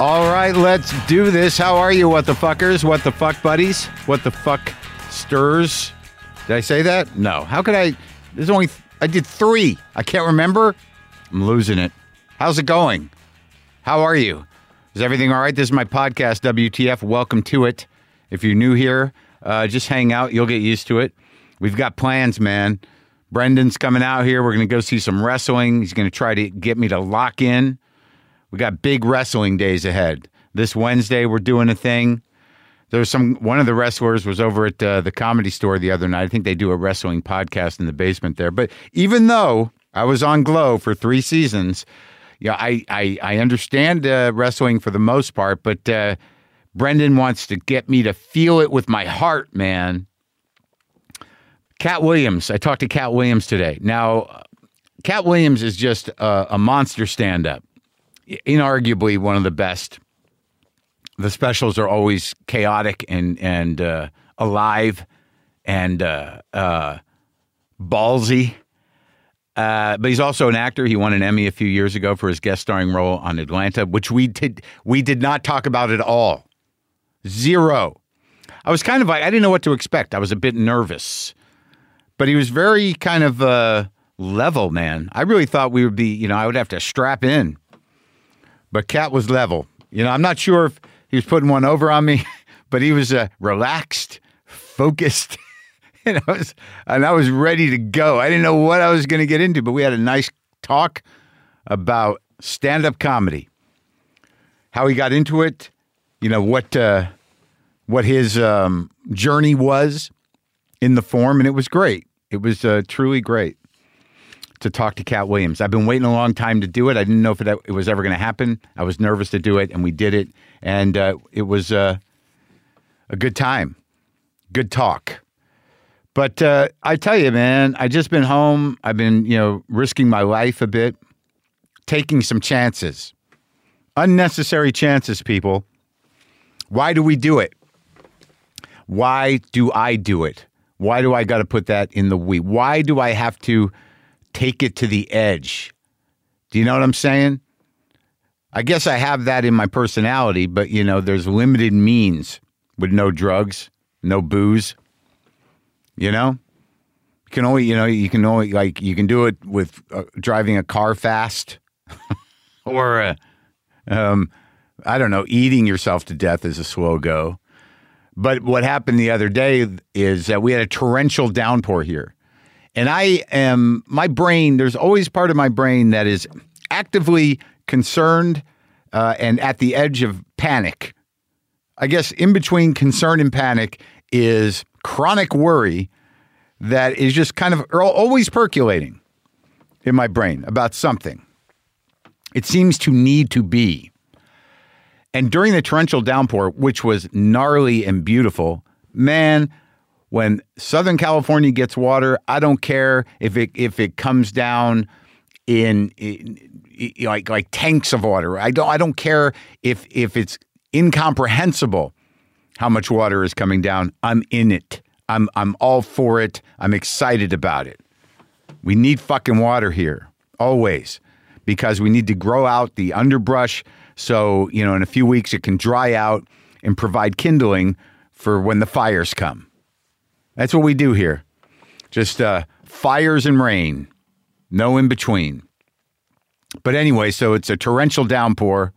All right, let's do this. How are you, what the fuckers? What the fuck buddies? What the fuck stirs? Did I say that? No. How could I? There's only, I did three. I can't remember. I'm losing it. How's it going? How are you? Is everything all right? This is my podcast, WTF. Welcome to it. If you're new here, uh, just hang out. You'll get used to it. We've got plans, man. Brendan's coming out here. We're going to go see some wrestling. He's going to try to get me to lock in. We got big wrestling days ahead. This Wednesday, we're doing a thing. There's some one of the wrestlers was over at uh, the comedy store the other night. I think they do a wrestling podcast in the basement there. But even though I was on Glow for three seasons, yeah, I I, I understand uh, wrestling for the most part. But uh, Brendan wants to get me to feel it with my heart, man. Cat Williams. I talked to Cat Williams today. Now, Cat Williams is just a, a monster stand up inarguably one of the best. The specials are always chaotic and and uh, alive and uh, uh, ballsy. Uh, but he's also an actor. He won an Emmy a few years ago for his guest starring role on Atlanta, which we did we did not talk about at all. Zero. I was kind of like I didn't know what to expect. I was a bit nervous but he was very kind of uh, level, man. I really thought we would be, you know, I would have to strap in. But Cat was level. You know, I'm not sure if he was putting one over on me, but he was uh, relaxed, focused, and I was and I was ready to go. I didn't know what I was going to get into, but we had a nice talk about stand-up comedy, how he got into it, you know what uh, what his um, journey was in the form, and it was great. It was uh, truly great to talk to Cat Williams. I've been waiting a long time to do it. I didn't know if it, it was ever going to happen. I was nervous to do it, and we did it, and uh, it was uh, a good time, good talk. But uh, I tell you, man, I just been home. I've been, you know, risking my life a bit, taking some chances, unnecessary chances, people. Why do we do it? why do I do it? Why do I got to put that in the we? Why do I have to take it to the edge? Do you know what I'm saying? I guess I have that in my personality, but you know, there's limited means with no drugs, no booze. You know, you can only, you know, you can only like you can do it with uh, driving a car fast, or uh, um, I don't know, eating yourself to death is a slow go. But what happened the other day is that we had a torrential downpour here. And I am, my brain, there's always part of my brain that is actively concerned uh, and at the edge of panic. I guess in between concern and panic is chronic worry that is just kind of al- always percolating in my brain about something. It seems to need to be. And during the torrential downpour, which was gnarly and beautiful, man, when Southern California gets water, I don't care if it if it comes down in, in- in- like like tanks of water. I don't I don't care if if it's incomprehensible how much water is coming down. I'm in it. I'm I'm all for it. I'm excited about it. We need fucking water here, always, because we need to grow out the underbrush. So, you know, in a few weeks, it can dry out and provide kindling for when the fires come. That's what we do here. Just uh, fires and rain, no in between. But anyway, so it's a torrential downpour.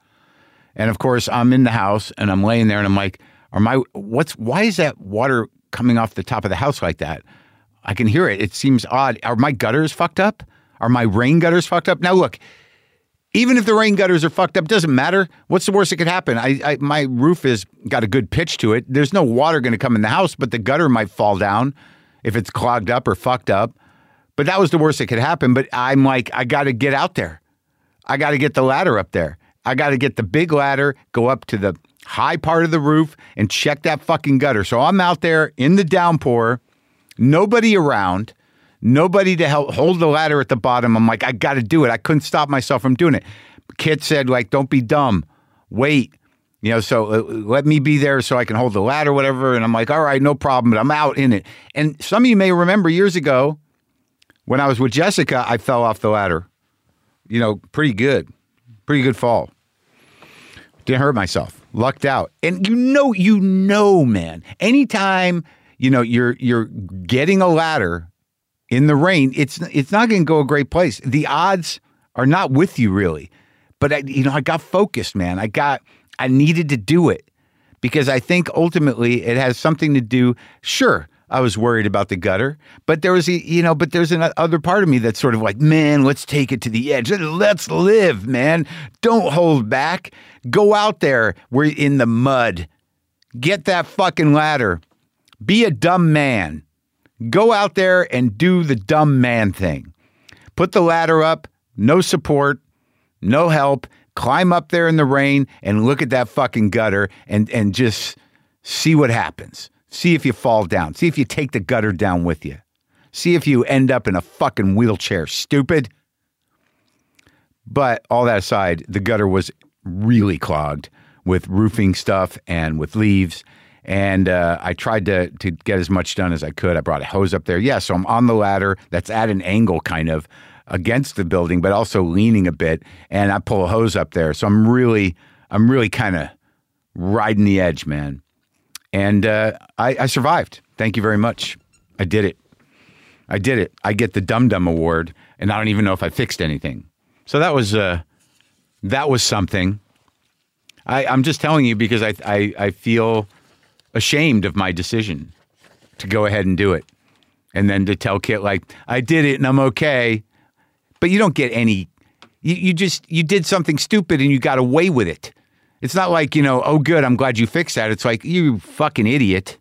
And of course, I'm in the house and I'm laying there and I'm like, are my what's why is that water coming off the top of the house like that? I can hear it. It seems odd. Are my gutters fucked up? Are my rain gutters fucked up? Now look, even if the rain gutters are fucked up, doesn't matter. What's the worst that could happen? I, I my roof is got a good pitch to it. There's no water going to come in the house, but the gutter might fall down if it's clogged up or fucked up. But that was the worst that could happen. But I'm like, I got to get out there. I got to get the ladder up there. I got to get the big ladder, go up to the high part of the roof and check that fucking gutter. So I'm out there in the downpour, nobody around, nobody to help hold the ladder at the bottom. I'm like, I got to do it. I couldn't stop myself from doing it. Kit said, like, don't be dumb, wait. You know, so uh, let me be there so I can hold the ladder, whatever. And I'm like, all right, no problem, but I'm out in it. And some of you may remember years ago when I was with Jessica, I fell off the ladder you know, pretty good, pretty good fall. Didn't hurt myself. Lucked out. And you know, you know, man. Anytime you know you're you're getting a ladder in the rain, it's it's not going to go a great place. The odds are not with you really. But I, you know, I got focused, man. I got I needed to do it because I think ultimately it has something to do. Sure, I was worried about the gutter, but there was a, you know, but there's an uh, other part of me that's sort of like, man, let's take it to the edge. Let's live, man. Don't hold back. Go out there. We're in the mud. Get that fucking ladder. Be a dumb man. Go out there and do the dumb man thing. Put the ladder up, no support, no help. Climb up there in the rain and look at that fucking gutter and and just see what happens. See if you fall down. See if you take the gutter down with you. See if you end up in a fucking wheelchair, stupid. But all that aside, the gutter was really clogged with roofing stuff and with leaves. And uh, I tried to, to get as much done as I could. I brought a hose up there. Yeah, so I'm on the ladder that's at an angle, kind of against the building, but also leaning a bit. And I pull a hose up there. So I'm really, I'm really kind of riding the edge, man. And uh, I, I survived. Thank you very much. I did it. I did it. I get the Dum Dum Award, and I don't even know if I fixed anything. So that was uh, that was something. I, I'm just telling you because I, I I feel ashamed of my decision to go ahead and do it, and then to tell Kit like I did it and I'm okay, but you don't get any. You, you just you did something stupid and you got away with it. It's not like you know. Oh, good. I'm glad you fixed that. It's like you fucking idiot.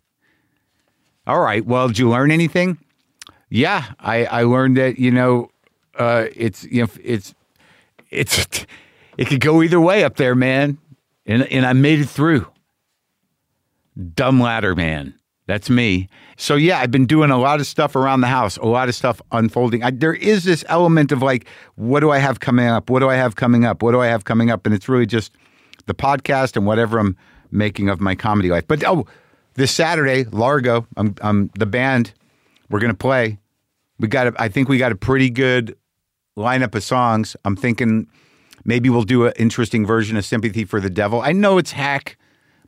All right. Well, did you learn anything? Yeah, I, I learned that you know, uh, it's you know, it's it's it could go either way up there, man. And and I made it through. Dumb ladder man. That's me. So yeah, I've been doing a lot of stuff around the house, a lot of stuff unfolding. I, there is this element of like, what do I have coming up? What do I have coming up? What do I have coming up? And it's really just the podcast and whatever I'm making of my comedy life. But oh, this Saturday, Largo, I'm, I'm the band. We're gonna play. We got. A, I think we got a pretty good lineup of songs. I'm thinking maybe we'll do an interesting version of "Sympathy for the Devil." I know it's hack,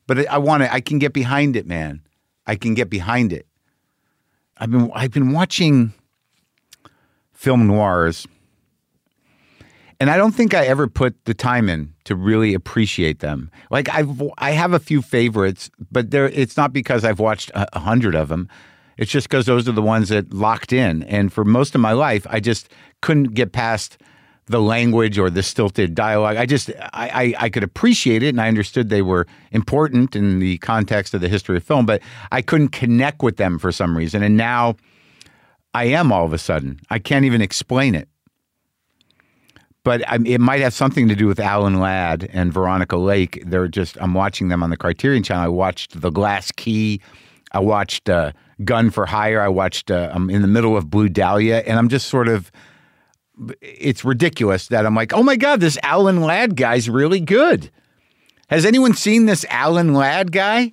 but I- I want to. I can get behind it, man. I can get behind it. I've been I've been watching film noirs, and I don't think I ever put the time in to really appreciate them. Like I've I have a few favorites, but there it's not because I've watched a a hundred of them. It's just because those are the ones that locked in. And for most of my life, I just couldn't get past the language or the stilted dialogue. I just I, I, I could appreciate it and I understood they were important in the context of the history of film, but I couldn't connect with them for some reason. And now I am all of a sudden. I can't even explain it. But I, it might have something to do with Alan Ladd and Veronica Lake. They're just, I'm watching them on the Criterion Channel. I watched The Glass Key. I watched uh, Gun for Hire. I watched, uh, I'm in the middle of Blue Dahlia. And I'm just sort of, it's ridiculous that I'm like, oh my God, this Alan Ladd guy's really good. Has anyone seen this Alan Ladd guy?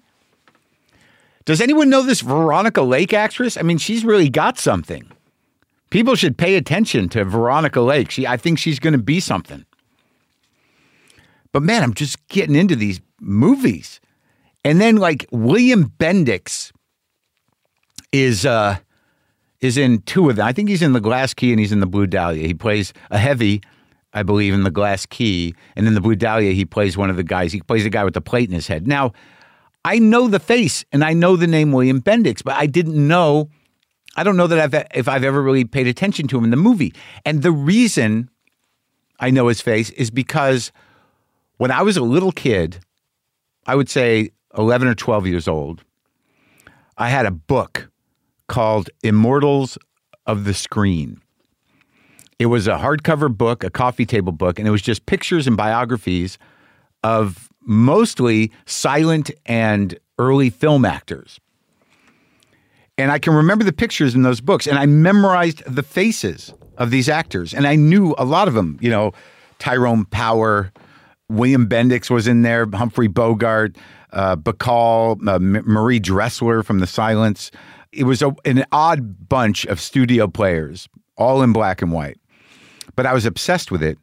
Does anyone know this Veronica Lake actress? I mean, she's really got something. People should pay attention to Veronica Lake. She, I think she's going to be something. But man, I'm just getting into these movies. And then like William Bendix is uh is in two of them. I think he's in the Glass Key and he's in the Blue Dahlia. He plays a heavy, I believe, in the Glass Key, and in the Blue Dahlia he plays one of the guys. He plays a guy with the plate in his head. Now, I know the face and I know the name William Bendix, but I didn't know. I don't know that I've e, if I've ever really paid attention to him in the movie. And the reason I know his face is because when I was a little kid, I would say 11 or 12 years old, I had a book called Immortals of the Screen. It was a hardcover book, a coffee table book, and it was just pictures and biographies of mostly silent and early film actors. And I can remember the pictures in those books, and I memorized the faces of these actors, and I knew a lot of them. You know, Tyrone Power, William Bendix was in there, Humphrey Bogart, uh, Bacall, uh, M- Marie Dressler from The Silence. It was a, an odd bunch of studio players, all in black and white. But I was obsessed with it.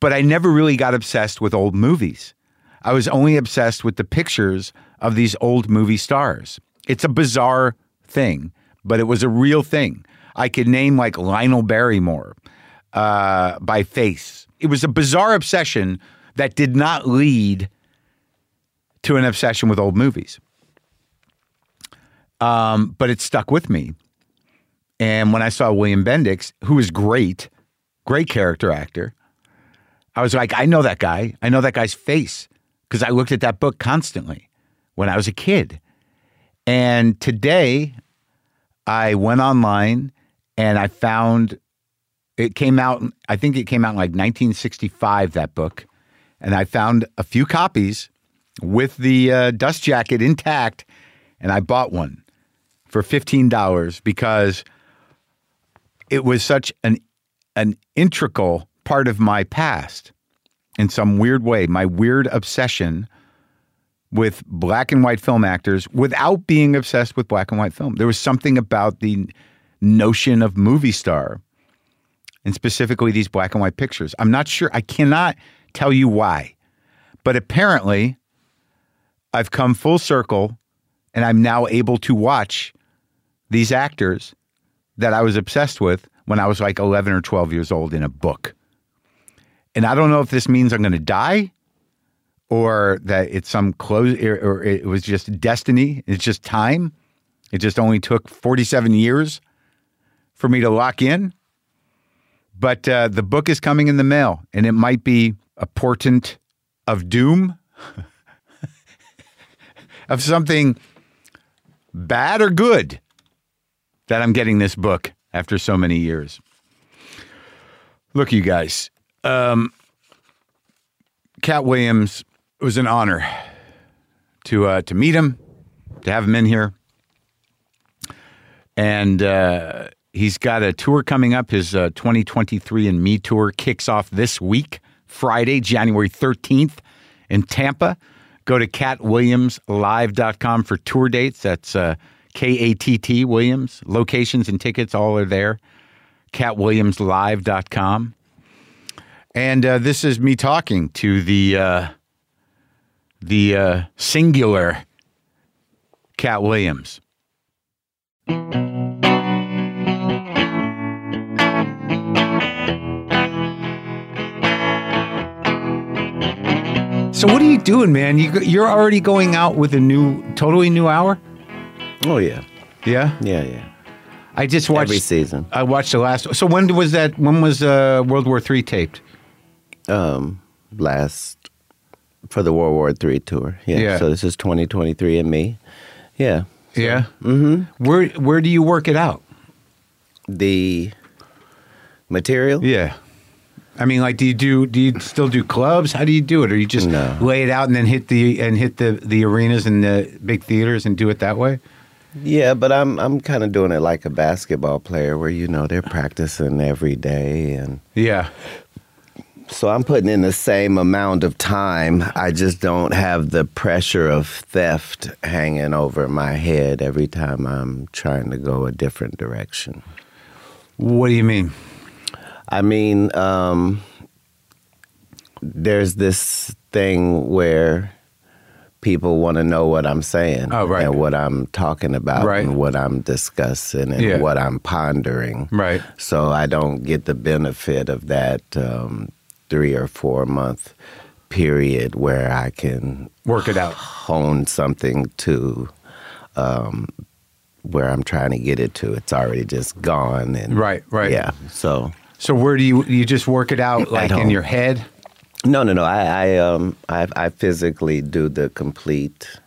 But I never really got obsessed with old movies. I was only obsessed with the pictures of these old movie stars. It's a bizarre thing, but it was a real thing. I could name like Lionel Barrymore uh, by face. It was a bizarre obsession that did not lead to an obsession with old movies. Um, but it stuck with me. And when I saw William Bendix, who is great, great character actor, I was like, I know that guy. I know that guy's face because I looked at that book constantly when I was a kid. And today I went online and I found it came out, I think it came out in like 1965, that book. And I found a few copies with the uh, dust jacket intact and I bought one for $15 because it was such an an integral part of my past in some weird way my weird obsession with black and white film actors without being obsessed with black and white film there was something about the notion of movie star and specifically these black and white pictures i'm not sure i cannot tell you why but apparently i've come full circle and i'm now able to watch these actors that I was obsessed with when I was like 11 or 12 years old in a book. And I don't know if this means I'm going to die or that it's some close or, or it was just destiny. It's just time. It just only took 47 years for me to lock in. But uh, the book is coming in the mail and it might be a portent of doom, of something bad or good that I'm getting this book after so many years. Look, you guys, um, Cat Williams it was an honor to uh, to meet him, to have him in here, and uh, he's got a tour coming up. His uh, 2023 and Me tour kicks off this week, Friday, January 13th, in Tampa. Go to catwilliamslive.com for tour dates. That's uh, K A T T Williams. Locations and tickets all are there. Catwilliamslive.com. And uh, this is me talking to the uh, the uh, singular Cat Williams. So what are you doing, man? You, you're already going out with a new, totally new hour. Oh yeah, Yeah, yeah, yeah. I just watched. Every season. I watched the last. So when was that? When was uh, World War Three taped? Um, last for the World War III tour. Yeah. Yeah. So this is 2023 and me. Yeah. Yeah. Mm-hmm. Where Where do you work it out? The material. Yeah. I mean, like, do you do? Do you still do clubs? How do you do it? Or you just No. lay it out and then hit the and hit the the arenas and the big theaters and do it that way? Yeah, but I'm I'm kind of doing it like a basketball player, where you know they're practicing every day, and Yeah. so I'm putting in the same amount of time. I just don't have the pressure of theft hanging over my head every time I'm trying to go a different direction. What do you mean? I mean, um, there's this thing where people want to know what I'm saying Oh, right. and what I'm talking about Right. and what I'm discussing and Yeah. what I'm pondering. Right. So I don't get the benefit of that um, three or four month period where I can Work it out. hone something to um, where I'm trying to get it to. It's already just gone. And Right, right. Yeah. So. So where do you you just work it out like in home. your head? No, no, no. I, I um, I, I physically do the complete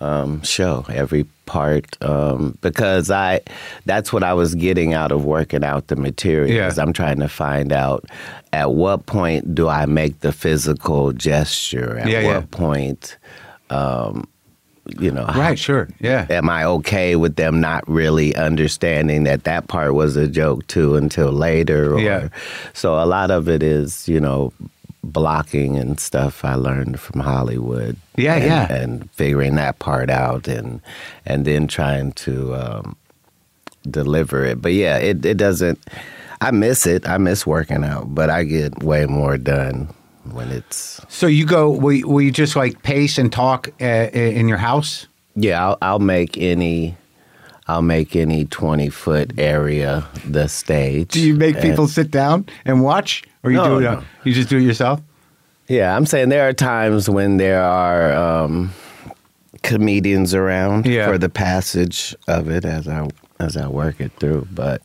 um, show, every part, um, because I, that's what I was getting out of working out the material. Yeah. is I'm trying to find out at what point do I make the physical gesture? At Yeah, yeah. what point, um, you know, Right. Sure. Yeah. am I okay with them not really understanding that that part was a joke too until later? Or, Yeah. So a lot of it is, you know, blocking and stuff I learned from Hollywood. Yeah, and, yeah. And figuring that part out and and then trying to um, deliver it. But yeah, it, it doesn't. I miss it. I miss working out, but I get way more done when it's So you go, we we just like pace and talk uh, in your house. yeah. I'll, I'll make any. I'll make any twenty foot area the stage. Do you make And- people sit down and watch, or you Uh, No, do it? uh, no. You just do it yourself. Yeah, I'm saying there are times when there are um, comedians around Yeah. for the passage of it as I as I work it through. But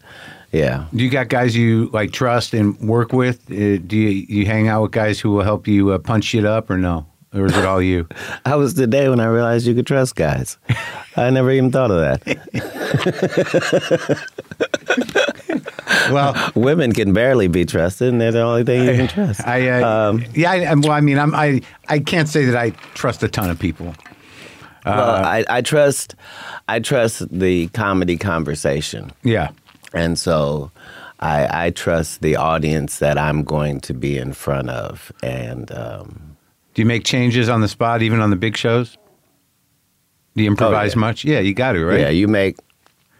yeah, Do you got guys you like trust and work with? Uh, do you you hang out with guys who will help you uh, punch shit up, or no? Or is it all you? I was the day when I realized you could trust guys. I never even thought of that. well, Women can barely be trusted, and they're the only thing you can trust. I uh, Um, yeah. I, I'm- well, I mean, I'm, I I can't say that I trust a ton of people. Uh, well, I, I trust, I trust the comedy conversation. Yeah. And so I, I trust the audience that I'm going to be in front of. And um, Do you make changes on the spot, even on the big shows? Do you improvise Oh, yeah. much? Yeah, you got to, right? yeah, you make.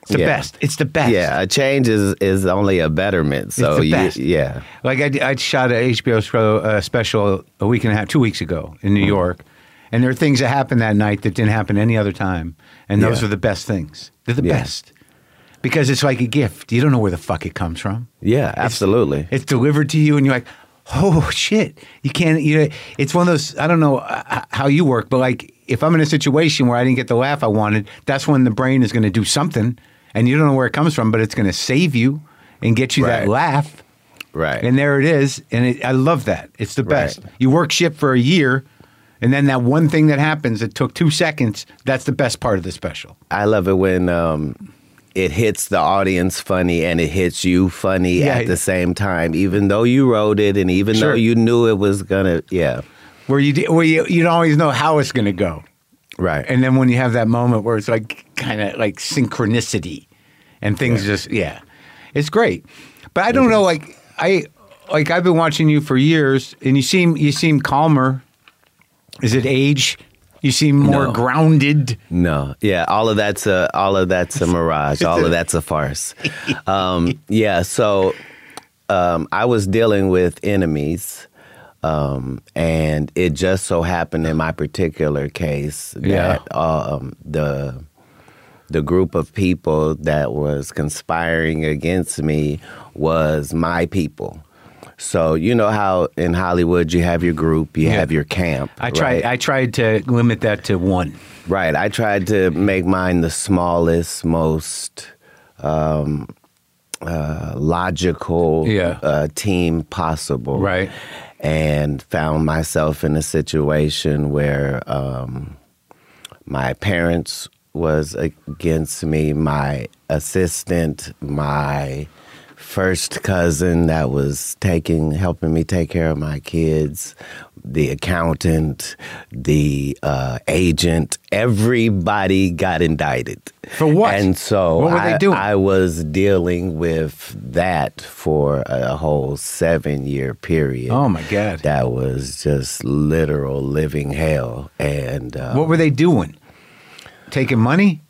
it's the yeah. best. It's the best. Yeah, a change is, is only a betterment. So the you- best. yeah. Like I, did- I shot a HBO show, uh, special a week and a half, two weeks ago in Mm-hmm. New York, and there are things that happened that night that didn't happen any other time, and those Yeah. are the best things. They're the Yeah. best because it's like a gift. You don't know where the fuck it comes from. Yeah, absolutely. It's delivered to you, and you're like, oh shit, you can't. You know, it's one of those. I don't know uh, how you work, but like if I'm in a situation where I didn't get the laugh I wanted, that's when the brain is going to do something, and you don't know where it comes from, but it's going to save you and get you that Right. laugh. right. And there it is. And it, I love that. It's the best. Right. You work shit for a year, and then that one thing that happens that took two seconds, that's the best part of the special. I love it when um, it hits the audience funny and it hits you funny Yeah. at the same time, even though you wrote it and even Sure. though you knew it was gonna. Yeah, Where you d- where you, you don't always know how it's going to go. right. And then when you have that moment where it's like kind of like synchronicity and things just, yeah, it's great. But I don't know, like, I. Like I've been watching you for years, and you seem you seem calmer. Is it age? You seem more No. grounded. No, yeah, all of that's a all of that's a mirage. All of that's a farce. Um, yeah, so um, I was dealing with enemies, um, and it just so happened in my particular case Yeah. that um, the the group of people that was conspiring against me was my people. So you know how in Hollywood you have your group, you Yeah. have your camp. I tried. right? I tried to limit that to one. Right. I tried to make mine the smallest, most um, uh, logical Yeah. uh, team possible. Right. And found myself in a situation where um, my parents was against me, my assistant, my first cousin that was taking helping me take care of my kids, the accountant, the uh, agent, everybody got indicted. For what? And so What were I, they doing? I was dealing with that for a whole seven year period. Oh my god! That was just literal living hell. And um, what were they doing? Taking money?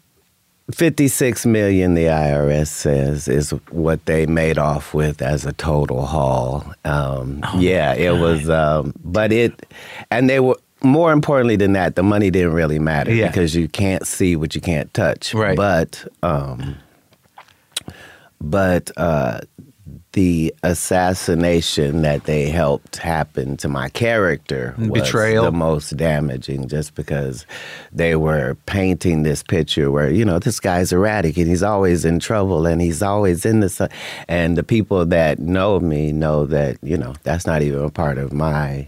56 million the IRS says is what they made off with as a total haul. Um, Oh yeah, it was um, but it and they were more importantly than that, the money didn't really matter Yeah. because you can't see what you can't touch. Right. But um but uh the assassination that they helped happen to my character was Betrayal. the most damaging just because they were painting this picture where you know this guy's erratic and he's always in trouble and he's always in this and the people that know me know that you know that's not even a part of my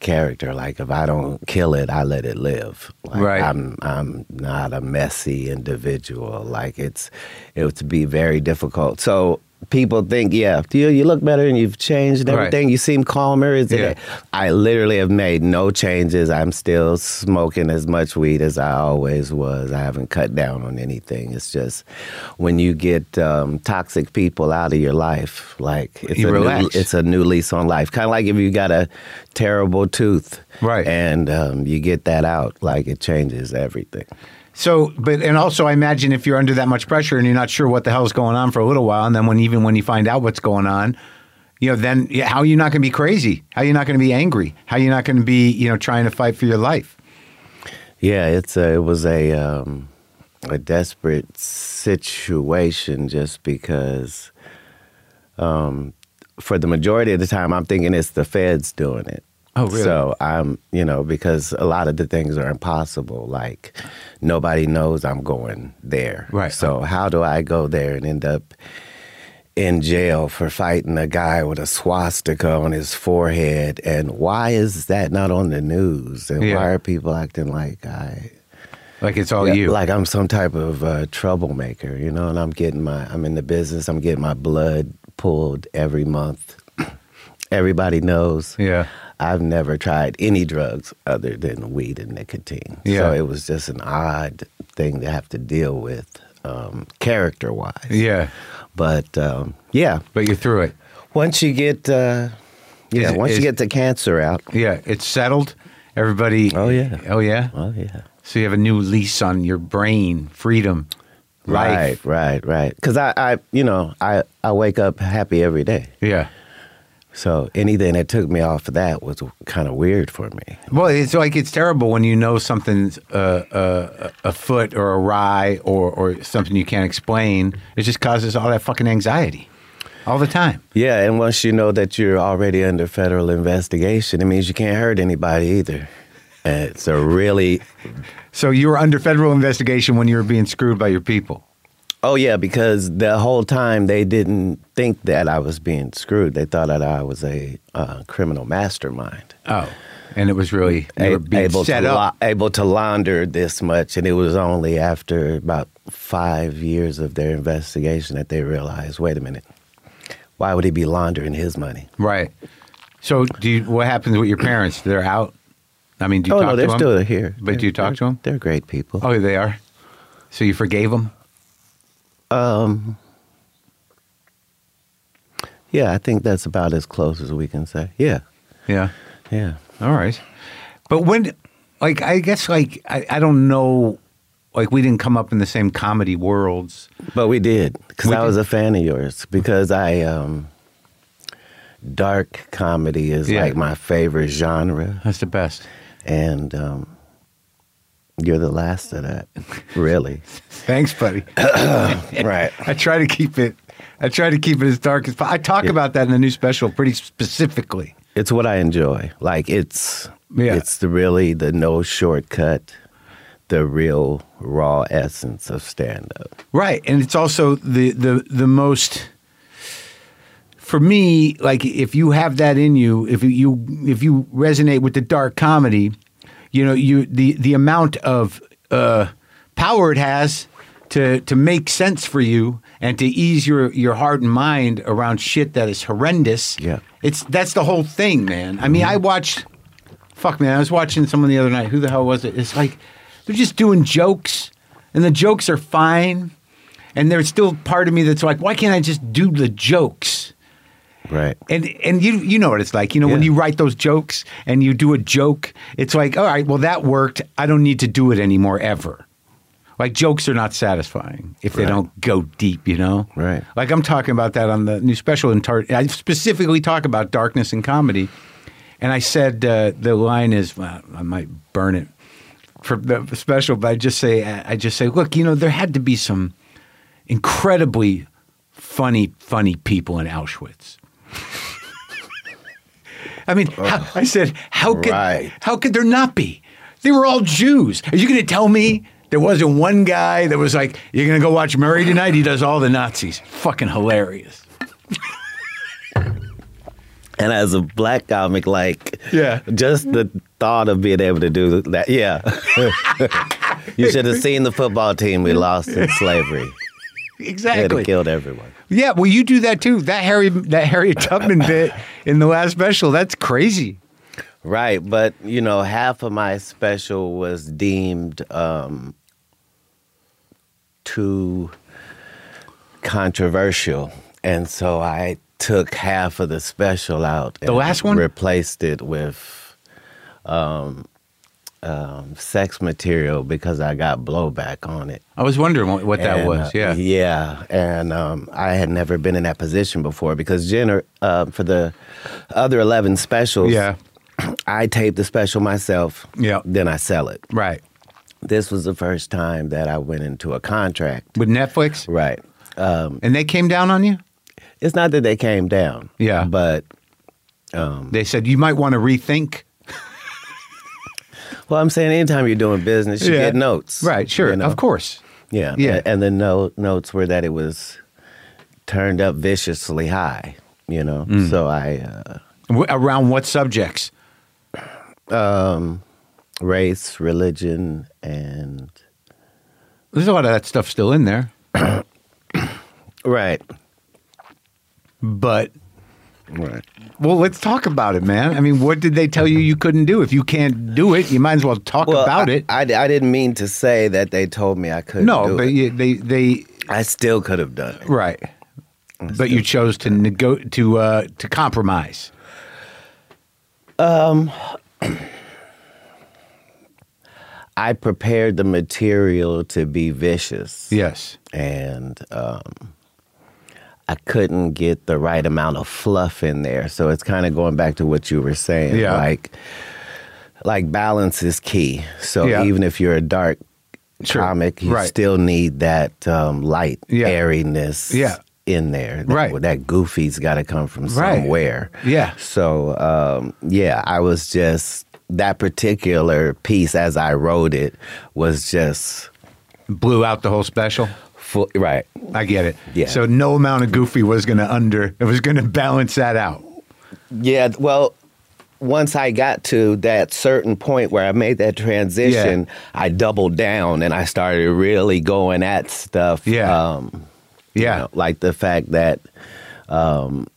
character like if i don't kill it i let it live like, Right. i'm i'm not a messy individual like it's it would be very difficult so people think yeah you, you look better and you've changed Right. everything you seem calmer is it Yeah. I literally have made no changes. I'm still smoking as much weed as I always was. I haven't cut down on anything. It's just when you get um, toxic people out of your life, like it's You a relax. new it's a new lease on life. Kind of like if you got a terrible tooth, Right. And um, you get that out, like it changes everything. So, but and also, I imagine if you're under that much pressure and you're not sure what the hell's going on for a little while, and then when even when you find out what's going on, you know, then yeah, how are you not going to be crazy? How are you not going to be angry? How are you not going to be, you know, trying to fight for your life? Yeah, it's a, it was a um, a desperate situation just because um, for the majority of the time I'm thinking it's the feds doing it. Oh, really? So I'm you know because a lot of the things are impossible. Like nobody knows I'm going there. Right. So how do I go there and end up in jail for fighting a guy with a swastika on his forehead? And why is that not on the news? And Yeah. why are people acting like I Like it's all yeah, you. Like I'm some type of uh, troublemaker, you know, and I'm getting my, I'm in the business, I'm getting my blood pulled every month. Everybody knows. Yeah. I've never tried any drugs other than weed and nicotine. Yeah. So it was just an odd thing to have to deal with, um, character wise. yeah. But um, yeah, But you're through it. once you get, uh, yeah, Is- once is- you get the cancer out. Yeah. It's settled. Everybody. Oh, yeah. Oh, yeah. Oh, yeah. So you have a new lease on your brain, freedom, life. Right, right, right. Because I, I, you know, I, I wake up happy every day. Yeah. So anything that took me off of that was kind of weird for me. Well, it's like it's terrible when you know something's uh, uh, afoot or awry or, or something you can't explain. It just causes all that fucking anxiety all the time. Yeah, and once you know that you're already under federal investigation, it means you can't hurt anybody either. And It's a really So you were under federal investigation when you were being screwed by your people. oh yeah, because the whole time they didn't think that I was being screwed. They thought that I was a uh, criminal mastermind. Oh, and it was really you were a- being able set to up. la- able to launder this much, and it was only after about five years of their investigation that they realized, wait a minute, why would he be laundering his money? Right. So do you, what happens with your parents? They're out. I mean, do you oh talk no, to them? they're still here. But do you talk to them? They're great people. Oh, they are. So you forgave them? Um, yeah, I think that's about as close as we can say. Yeah, Yeah. yeah. All right. But when, like, I guess, like, I, I don't know, like, we didn't come up in the same comedy worlds. But we did because We I did. was a fan of yours because I um, dark comedy is Yeah. like my favorite genre, That's the best. and um, you're the last of that, really. Thanks, buddy. right. I try to keep it. I try to keep it as dark as. po- I talk about that in the new special pretty specifically. It's what I enjoy. Like it's Yeah. it's the really the no shortcut, the real raw essence of stand up. Right, and it's also the the the most. For me, like if you have that in you, if you if you resonate with the dark comedy, you know you the the amount of uh, power it has to to make sense for you and to ease your your heart and mind around shit that is horrendous. Yeah. it's that's the whole thing, man. I mean, I watched. Fuck, man. I was watching someone the other night. Who the hell was it? It's like they're just doing jokes, and the jokes are fine. And there's still part of me that's like, why can't I just do the jokes? Right. And and you you know what it's like. You know when Yeah. you write those jokes and you do a joke, it's like, all right, well that worked. I don't need to do it anymore ever. Like jokes are not satisfying if they Right. don't go deep, you know. Right. Like I'm talking about that on the new special. In tar- I specifically talk about darkness and comedy, and I said uh, the line is well, I might burn it for the special, but I just say I just say, look, you know, there had to be some incredibly funny, funny people in Auschwitz. I mean, how, I said, how could Right. how could there not be? They were all Jews. Are you going to tell me there wasn't one guy that was like, "You're going to go watch Murray tonight? He does all the Nazis." Fucking hilarious. And as a black comic, like, Yeah. just the thought of being able to do that, yeah. you should have seen the football team we lost in slavery. They would Exactly. have killed everyone. Yeah, well, you do that too. That Harry, that Harriet Tubman bit in the last special. That's crazy. Right, but you know, half of my special was deemed um, too controversial, and so I took half of the special out. The last one? replaced it with um, sex material because I got blowback on it. I was wondering what, what that And, was. uh, Yeah. yeah. And um, I had never been in that position before because Jenner, uh, for the other eleven specials, Yeah. I tape the special myself. Yeah. Then I sell it. Right. This was the first time that I went into a contract. With Netflix, Right. and they came down on you. It's not that they came down. Yeah. But They said you might want to rethink. well, I'm saying anytime you're doing business, you Yeah. get notes. Right. Sure. you know? Of course. Yeah. Yeah. a- And the no, notes were that it was turned up viciously high, you know? Mm. So I, uh, W- around what subjects? race, religion, and. There's a lot of that stuff still in there, Right. but Right. well, let's talk about it, man. I mean, what did they tell you you couldn't do? If you can't do it, you might as well talk about Mm-hmm. I, it. I, I didn't mean to say that they told me I couldn't no, do but it. you, they they I still could have done it. right. But you chose to nego- to uh, to compromise. I prepared the material to be vicious. Yes. and um, I couldn't get the right amount of fluff in there. So it's kind of going back to what you were saying, Yeah. like like balance is key. So Yeah. even if you're a dark Sure. comic, you Right. still need that um, light Yeah. airiness Yeah. in there. That, Right. that goofy's got to come from Right. somewhere. Yeah. So um, yeah, I was just that particular piece as I wrote it was just Blew out the whole special. full, right. I get it. Yeah. So no amount of goofy was going to under it was going to balance that out. Yeah, well, once I got to that certain point where I made that transition, I doubled down and I started really going at stuff. Yeah. Um, you Yeah. know, like the fact that um,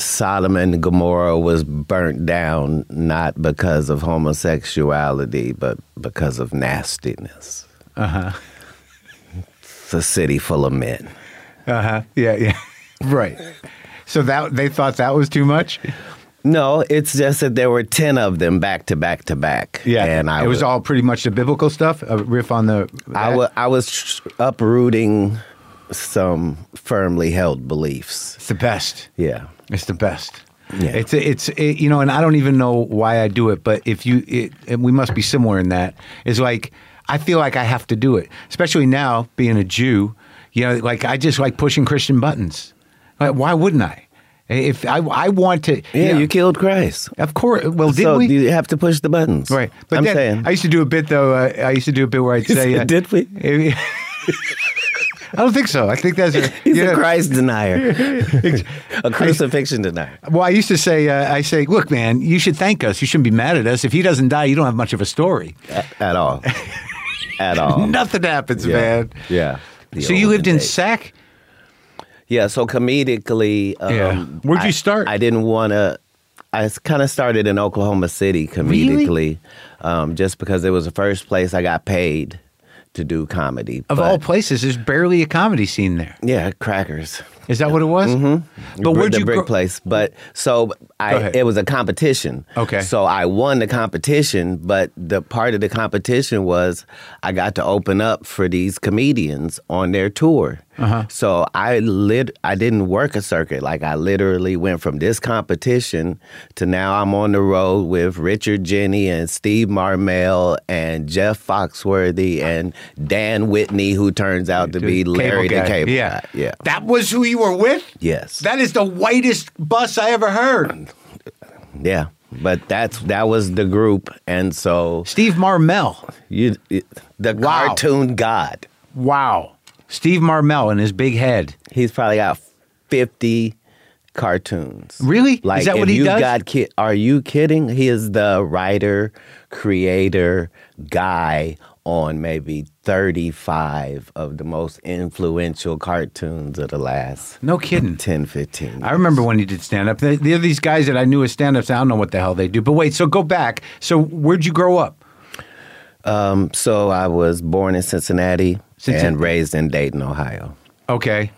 Sodom and Gomorrah was burnt down not because of homosexuality, but because of nastiness. Uh Uh-huh. huh. It's a city full of men. Uh-huh. Yeah, yeah. right. So that they thought that was too much. No, it's just that there were 10 of them back to back to back. And I it was, was all pretty much the biblical stuff. A riff on the I that? wa- I was tr- uprooting some firmly held beliefs. It's the best. Yeah. It's the best. Yeah. It's it's it, you know, and I don't even know why I do it, but if you it, and we must be similar in that. It's like I feel like I have to do it, especially now being a Jew. You know, like I just like pushing Christian buttons. Like, why wouldn't I? If I I want to, Yeah, you killed Christ. Of course. Well, did so we? you have to push the buttons. Right, but I'm then saying. I used to do a bit though. Uh, I used to do a bit where I'd say, uh, Did we? I don't think so. I think that's a, He's you a know, Christ denier, a crucifixion denier. Well, I used to say, uh, I say, look, man, you should thank us. You shouldn't be mad at us. If he doesn't die, you don't have much of a story. A- At all. At all. Nothing happens, Yeah. man. Yeah. The so you olden lived in days. Sac? Yeah, so comedically, um, Yeah. Where'd you I- start? I didn't want to. I kind of started in Oklahoma City comedically, um, just because it was the first place I got paid to do comedy. Of But, all places, there's barely a comedy scene there. yeah, crackers. Is that what it was? Mm-hmm. But Br- where'd the you brick grow- place? But so Go I, ahead. it was a competition. Okay. So I won the competition, but the part of the competition was I got to open up for these comedians on their tour. Uh-huh. So I lit. I didn't work a circuit. Like I literally went from this competition to now I'm on the road with Richard Jenny and Steve Marmel and Jeff Foxworthy and Dan Whitney, who turns out to be Cable Larry guy. the Cable. Yeah. Guy. Yeah. That was who you were with? Yes. That is the whitest bus I ever heard. Yeah, but that's that was the group, and so Steve Marmel. you, it- the Wow. cartoon god. Wow. Steve Marmel and his big head. He's probably got fifty cartoons. Really? Is Like that if what he you does? Got ki- are you kidding? He is the writer, creator, guy on maybe thirty-five of the most influential cartoons of the last No kidding. 10, 15 I remember when you did stand up. There there are these guys that I knew as stand ups. I don't know what the hell they do. But wait, so go back. So where'd you grow up? So I was born in Cincinnati Cincinnati. and raised in Dayton, Ohio. Okay.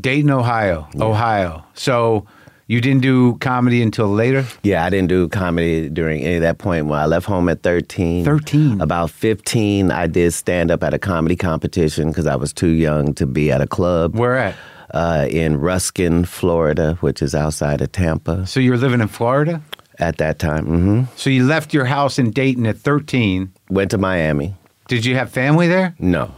Dayton, Ohio. Ohio. So You didn't do comedy until later? Yeah, I didn't do comedy during any of that point. When I left home at 13. 13. About 15, I did stand up at a comedy competition because I was too young to be at a club. Where at? Uh, in Ruskin, Florida, which is outside of Tampa So you were living in Florida? at that time. hmm So you left your house in Dayton at 13. Went to Miami. Did you have family there? No.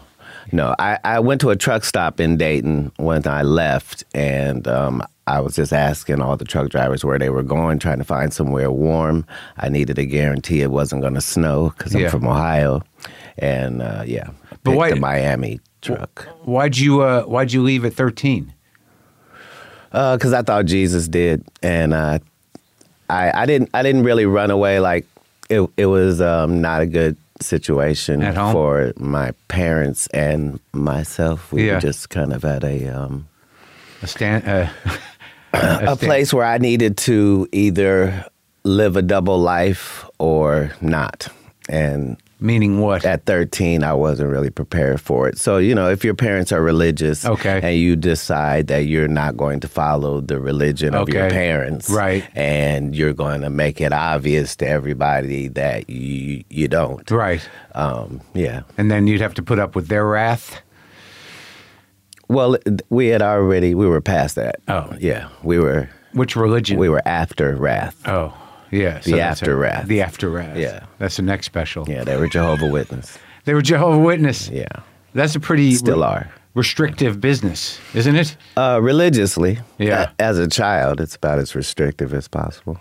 No, I, I went to a truck stop in Dayton when I left, and um, I was just asking all the truck drivers where they were going, trying to find somewhere warm. I needed a guarantee it wasn't going to snow because Yeah. I'm from Ohio, and uh, yeah, But picked why- the Miami truck Why'd you uh, Why'd you leave at 13? because Uh, I thought Jesus did, and uh, I I didn't I didn't really run away like it. It was um, not a good situation At home? for my parents and myself. We Yeah. were just kind of at a. Um, A stand. Uh, a place where I needed to either live a double life or not. And Meaning what? at 13, I wasn't really prepared for it. So, you know, if your parents are religious Okay. and you decide that you're not going to follow the religion of your Okay. parents, Right. and you're going to make it obvious to everybody that you, you don't. right. Um, yeah. And then you'd have to put up with their wrath. Well, th- we had already, we were past that. Oh. Yeah. We were, Which religion? we were after wrath. Oh, yeah. that's The it. after wrath. The after wrath. Yeah. That's the next special. Yeah, they were Jehovah Witness. They were Jehovah Witness. Yeah. That's a pretty Still are. restrictive business, isn't it? Uh, religiously, Yeah. A- As a child, it's about as restrictive as possible.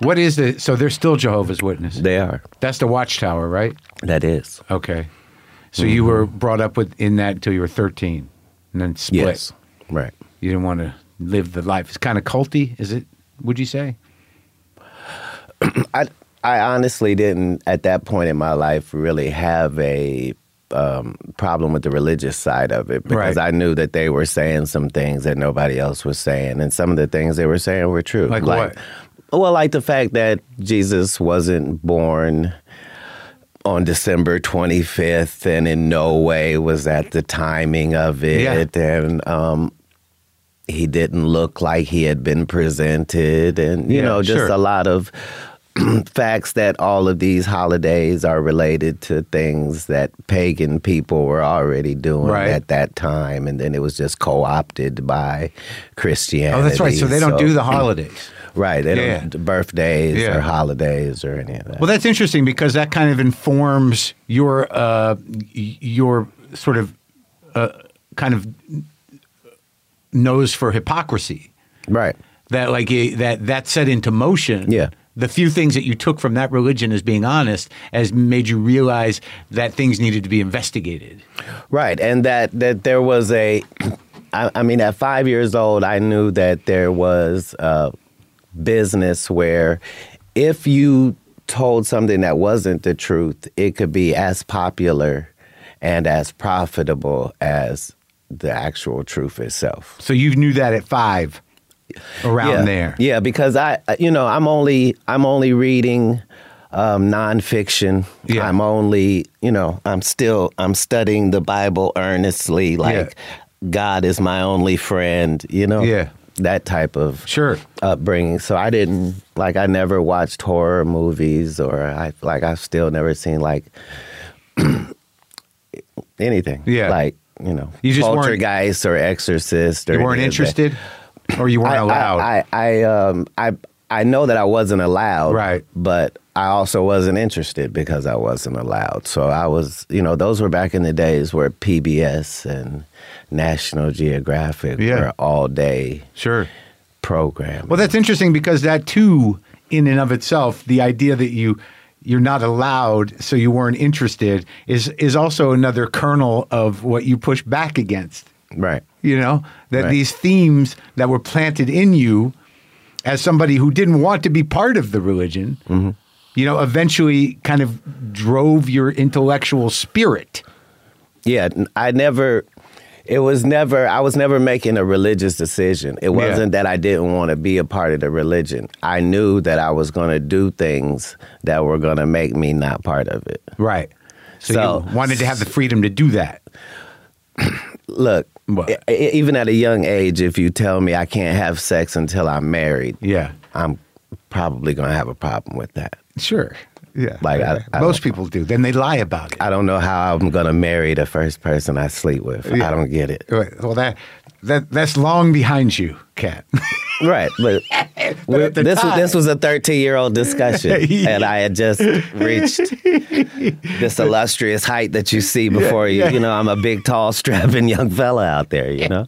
What is the so they're still Jehovah's Witness? They are. That's the watchtower, right? That is. Okay. So Mm-hmm. you were brought up with in that until you were 13 and then split. Yes. Right. You didn't want to live the life. It's kind of culty, is it? Would you say? I I honestly didn't at that point in my life really have a um, problem with the religious side of it because Right. I knew that they were saying some things that nobody else was saying, and some of the things they were saying were true. Like Well, like the fact that Jesus wasn't born on December 25th, and in no way was that the timing of it, and um, he didn't look like he had been presented, and you Yeah, know, just sure. a lot of facts that all of these holidays are related to things that pagan people were already doing Right. at that time, and then it was just co-opted by Christianity. Oh, that's right. So they don't do the holidays. right. They Yeah. don't do birthdays Yeah. or holidays or any of that. Well, that's interesting because that kind of informs your uh, y- your sort of uh, kind of nose for hypocrisy. right. That like eh, that that set into motion. Yeah. The few things that you took from that religion as being honest has made you realize that things needed to be investigated. Right, and that that there was a, I, I mean, at five years old, I knew that there was a business where, if you told something that wasn't the truth, it could be as popular and as profitable as the actual truth itself So you knew that at five, around yeah. there. Yeah, because I, you know, I'm only I'm only reading um, nonfiction. Yeah. I'm only, you know, I'm still I'm studying the Bible earnestly. Like God is my only friend. You know. Yeah. That type of Sure. upbringing. So I didn't like I never watched horror movies or I like I've still never seen like anything. Yeah. Like, you know, You just weren't- poltergeist or exorcist or You any weren't of that. interested, or you weren't I, allowed. I, I, I, um, I, I know that I wasn't allowed. Right. But I also wasn't interested because I wasn't allowed. So I was, you know, those were back in the days where PBS and National Geographic Yeah. were all day sure. programs. Well, that's interesting because that too, in and of itself, the idea that you you're not allowed, so you weren't interested, is is also another kernel of what you push back against. right. You know that Right. these themes that were planted in you, as somebody who didn't want to be part of the religion, Mm-hmm. you know, eventually kind of drove your intellectual spirit. Yeah, n- I never. It was never. I was never making a religious decision. It wasn't that I didn't want to be a part of the religion. I knew that I was going to do things that were going to make me not part of it. Right. So, So- you wanted to have the freedom to do that. look, What? e- e- even at a young age, if you tell me I can't have sex until I'm married, Yeah. I'm probably gonna have a problem with that. Sure. Yeah. Like, I- I most don't- people do. Then they lie about it. I don't know how I'm gonna marry the first person I sleep with. Yeah. I don't get it. Right, well, that that that's long behind you, Kat. Right, but, we're- at the this was time- this was a 13 year old discussion, and I had just reached this illustrious height that you see before you. yeah. You know, I'm a big, tall, strapping young fella out there. You know,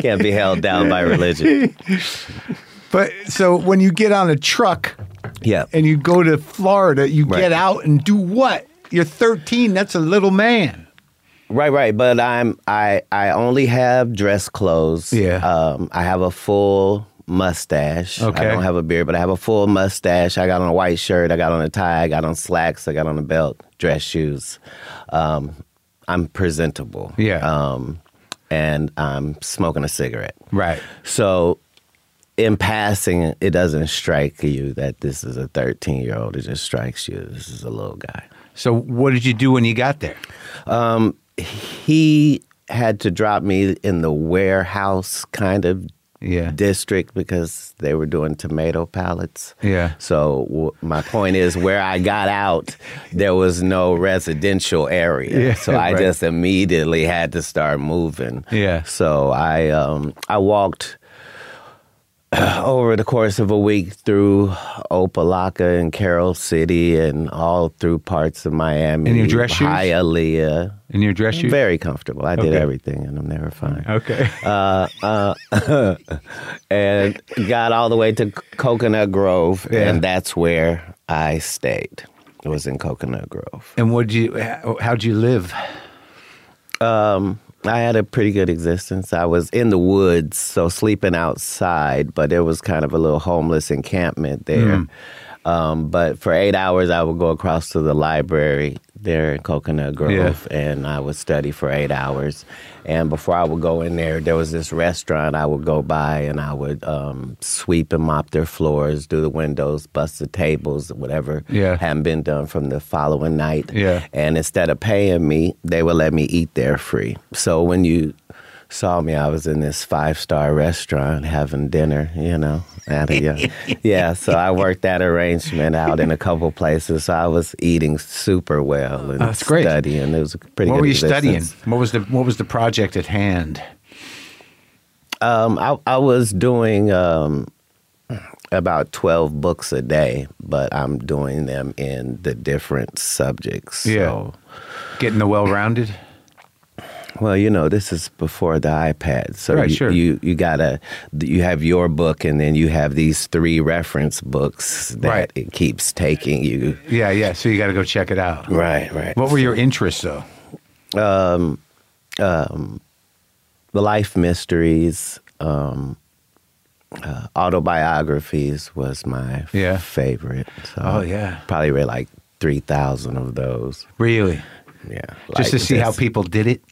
can't be held down by religion. but so when you get on a truck Yeah, and you go to Florida, you Right. get out and do what? You're 13. That's a little man. Right, right. But I'm I I only have dress clothes. Yeah. Um, I have a full mustache. Okay. I don't have a beard, but I have a full mustache. I got on a white shirt. I got on a tie. I got on slacks. I got on a belt. Dress shoes. Um, I'm presentable. Yeah. Um, and I'm smoking a cigarette. Right. So, in passing, it doesn't strike you that this is a 13 year old. It just strikes you this is a little guy. So what did you do when you got there? he had to drop me in the warehouse kind of Yeah. district because they were doing tomato pallets. Yeah. So w- my point is, where I got out, there was no residential area, Yeah, so I right. just immediately had to start moving. Yeah. So I um, I walked. uh, Over the course of a week through Opelika and Carroll City and all through parts of Miami. In your dress shoes? Hialeah. In your dress shoes? Very comfortable. I did Okay. Uh, everything and I'm never fine. Okay. And got all the way to C- Coconut Grove, Yeah. and that's where I stayed. It was in Coconut Grove. and what you? how- How'd you live? I had a pretty good existence. I was in the woods, so sleeping outside, but there was kind of a little homeless encampment there. Um, but for eight hours, I would go across to the library there in Coconut Grove, and I would study for eight hours. And before I would go in there, there was this restaurant I would go by, and I would um, sweep and mop their floors, do the windows, bust the tables, whatever Yeah. hadn't been done from the following night. Yeah. And instead of paying me, they would let me eat there free. So when you saw me, I was in this five star restaurant having dinner, you know. At a young, yeah, so I worked that arrangement out in a couple places. So I was eating super well and Oh, That's great. studying. It was a pretty What good were you studying? existence. What was the What was the project at hand? Um, I, I was doing um, about 12 books a day, but I'm doing them in the different subjects. So Getting the well rounded. Well, you know, this is before the iPad, so Right, you, sure. you you gotta you have your book, and then you have these three reference books that Right. it keeps taking you. Yeah, yeah. So you got to go check it out. Right, right. What were your interests though? the life mysteries, um, uh, autobiographies was my f- Yeah. favorite. So Oh, yeah. probably read like three thousand of those. Really? Yeah, Just to like see how this- people did it.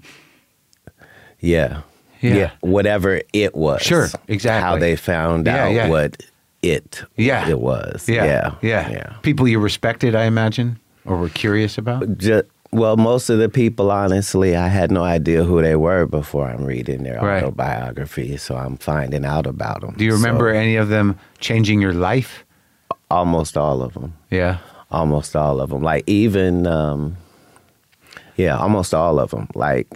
Yeah. Yeah. Whatever it was. Sure, exactly. How they found Yeah, out yeah. what it Yeah. it was. Yeah, Yeah. yeah, People you respected, I imagine, or were curious about. Ju- well, most of the people, honestly, I had no idea who they were before I'm reading their Right. autobiography, so I'm finding out about them. Do you remember any of them changing your life? almost all of them. Yeah. almost all of them. Like even, um, yeah, almost all of them. Like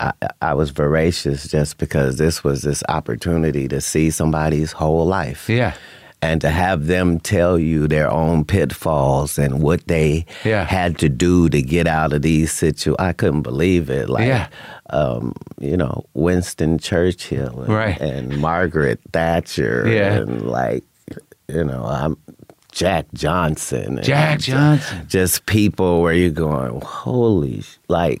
I, I was voracious just because this was this opportunity to see somebody's whole life. Yeah. And to have them tell you their own pitfalls and what they Yeah. had to do to get out of these situations, I couldn't believe it. Like, Yeah. um, you know, Winston Churchill and, Right. and Margaret Thatcher Yeah. and like, you know, I'm Jack Johnson. and Jack ju- Johnson. Just people where you're going, holy, sh-. like,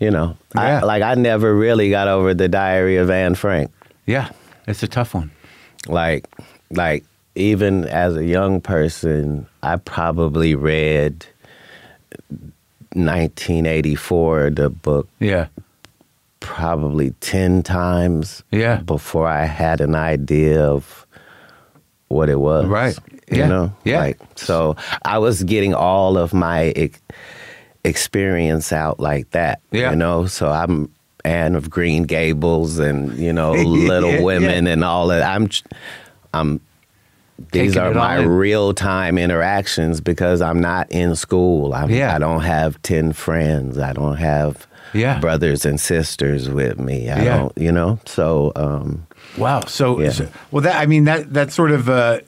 you know, Yeah. I, like I never really got over the Diary of Anne Frank. Yeah. It's a tough one. Like, like even as a young person, I probably read 1984, the book, Yeah. probably 10 times Yeah. before I had an idea of what it was. Right. You Yeah. know? Yeah. Like, so I was getting all of my ex- e-, experience out like that. Yeah. You know? So I'm Anne of Green Gables and you know Little Yeah, Women and all that. I'm, ch- I'm. These Taking are it my all in. real time interactions because I'm not in school. I'm, Yeah. I don't have ten friends. I don't have Yeah. brothers and sisters with me. I Yeah. don't, you know. So um, Wow. So, Yeah. so- well, that I mean that that sort of uh,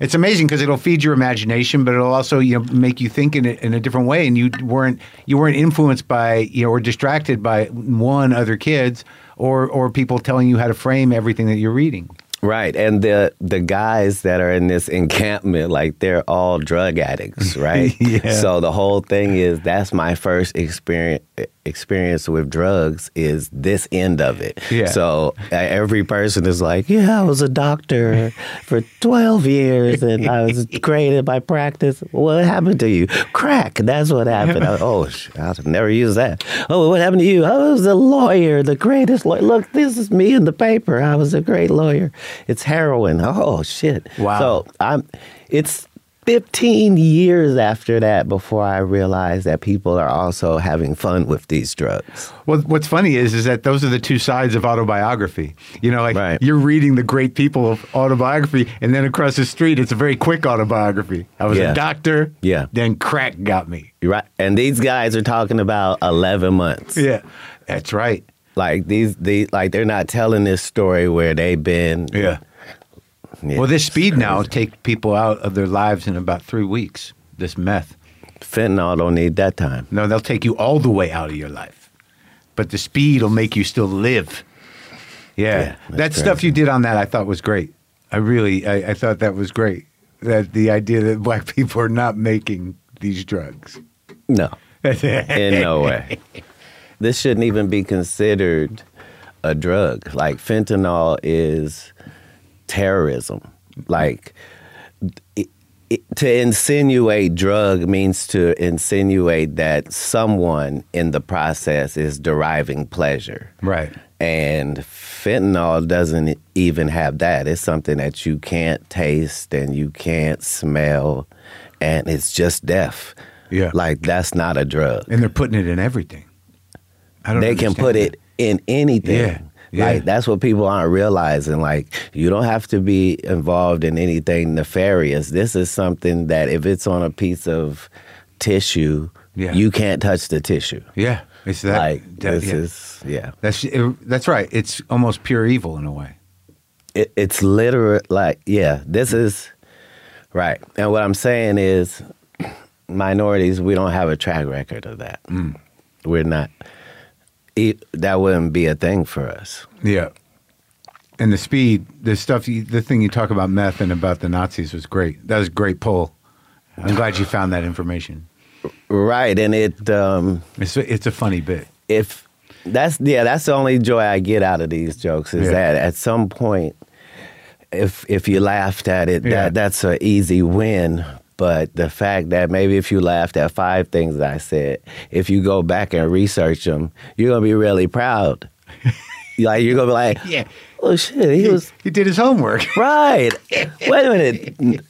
it's amazing because it'll feed your imagination, but it'll also you know make you think in a, in a different way, and you weren't you weren't influenced by you know or distracted by one other kids or or people telling you how to frame everything that you're reading. Right, and the the guys that are in this encampment, like they're all drug addicts, right? Yeah. So the whole thing is that's my first experience experience with drugs is this end of it. Yeah. So uh, every person is like, "Yeah, I was a doctor for twelve years, and I was great at my practice. What happened to you? Crack. That's what happened. I- oh, sh- I'll never use that. Oh, what happened to you? I was a lawyer, the greatest lawyer. Look, this is me in the paper. I was a great lawyer. It's heroin. Oh shit. Wow. So I'm. It's 15 years after that before I realized that people are also having fun with these drugs. Well, what's funny is is that those are the two sides of autobiography. You know, like Right. you're reading the great people of autobiography, and then across the street, it's a very quick autobiography. I was Yeah. a doctor. Yeah. Then crack got me. You're Right. And these guys are talking about 11 months. Yeah. That's right. Like these, these, like they're not telling this story where they've been. Yeah. Yeah. Well, this speed now take people out of their lives in about three weeks. This meth, fentanyl don't need that time. no, they'll take you all the way out of your life, but the speed will make you still live. Yeah, Yeah, that that's stuff you did on that, I thought was great. I really, I, I thought that was great. That the idea that black people are not making these drugs. No, in no way. This shouldn't even be considered a drug. Like fentanyl is terrorism. Like it, it, to insinuate drug means to insinuate that someone in the process is deriving pleasure. Right. And fentanyl doesn't even have that. It's something that you can't taste and you can't smell, and it's just death. Yeah. Like, that's not a drug. And they're putting it in everything. I don't. They can understand put that. it in anything. Yeah, yeah. Like, that's what people aren't realizing. Like, you don't have to be involved in anything nefarious. This is something that if it's on a piece of tissue, Yeah. you can't touch the tissue. Yeah, it's that. like, that- this yeah. is, yeah. That's it, that's right. It's almost pure evil in a way. it, it's literal like yeah this is right and what i'm saying is minorities we don't have a track record of that Mm. we're not it, that wouldn't be a thing for us Yeah. And the speed, the stuff, you, the thing you talk about meth and about the Nazis was great. That was a great pull. I'm glad you found that information. right and it um It's a, it's a funny bit. if that's yeah that's the only joy i get out of these jokes is Yeah. that at some point if if you laughed at it Yeah. that that's an easy win but the fact that maybe if you laughed at five things that i said if you go back and research them you're gonna be really proud like you're gonna be like Yeah. oh shit he was He did his homework. right wait a minute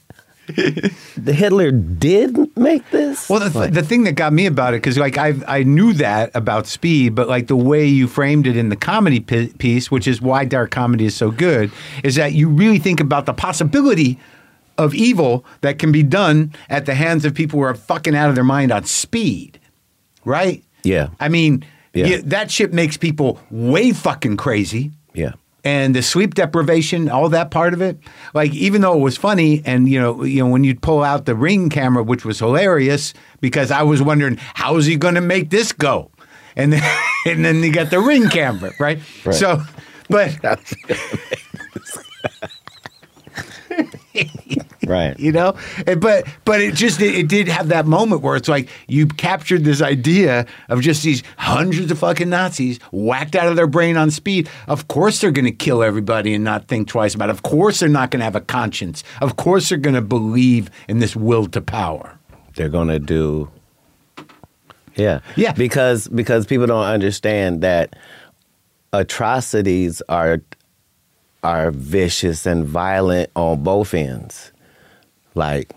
the hitler did make this Well, the, th- Like, the thing that got me about it, because like I I knew that about Speed, but like the way you framed it in the comedy pi- piece, which is why dark comedy is so good, is that you really think about the possibility of evil that can be done at the hands of people who are fucking out of their mind on speed, right? yeah I mean, Yeah. you- that shit makes people way fucking crazy yeah and the sleep deprivation, all that part of it. Like even though it was funny, and you know, you know, when you'd pull out the ring camera, which was hilarious, because I was wondering how is he going to make this go, and then, and then you got the ring camera, right? Right. So, but right you know, And- but but it just it, it did have that moment where it's like you captured this idea of just these hundreds of fucking Nazis whacked out of their brain on speed. Of course they're going to kill everybody and not think twice about it. Of course they're not going to have a conscience. Of course they're going to believe in this will to power. they're gonna do yeah Yeah. because because people don't understand that atrocities are are vicious and violent on both ends like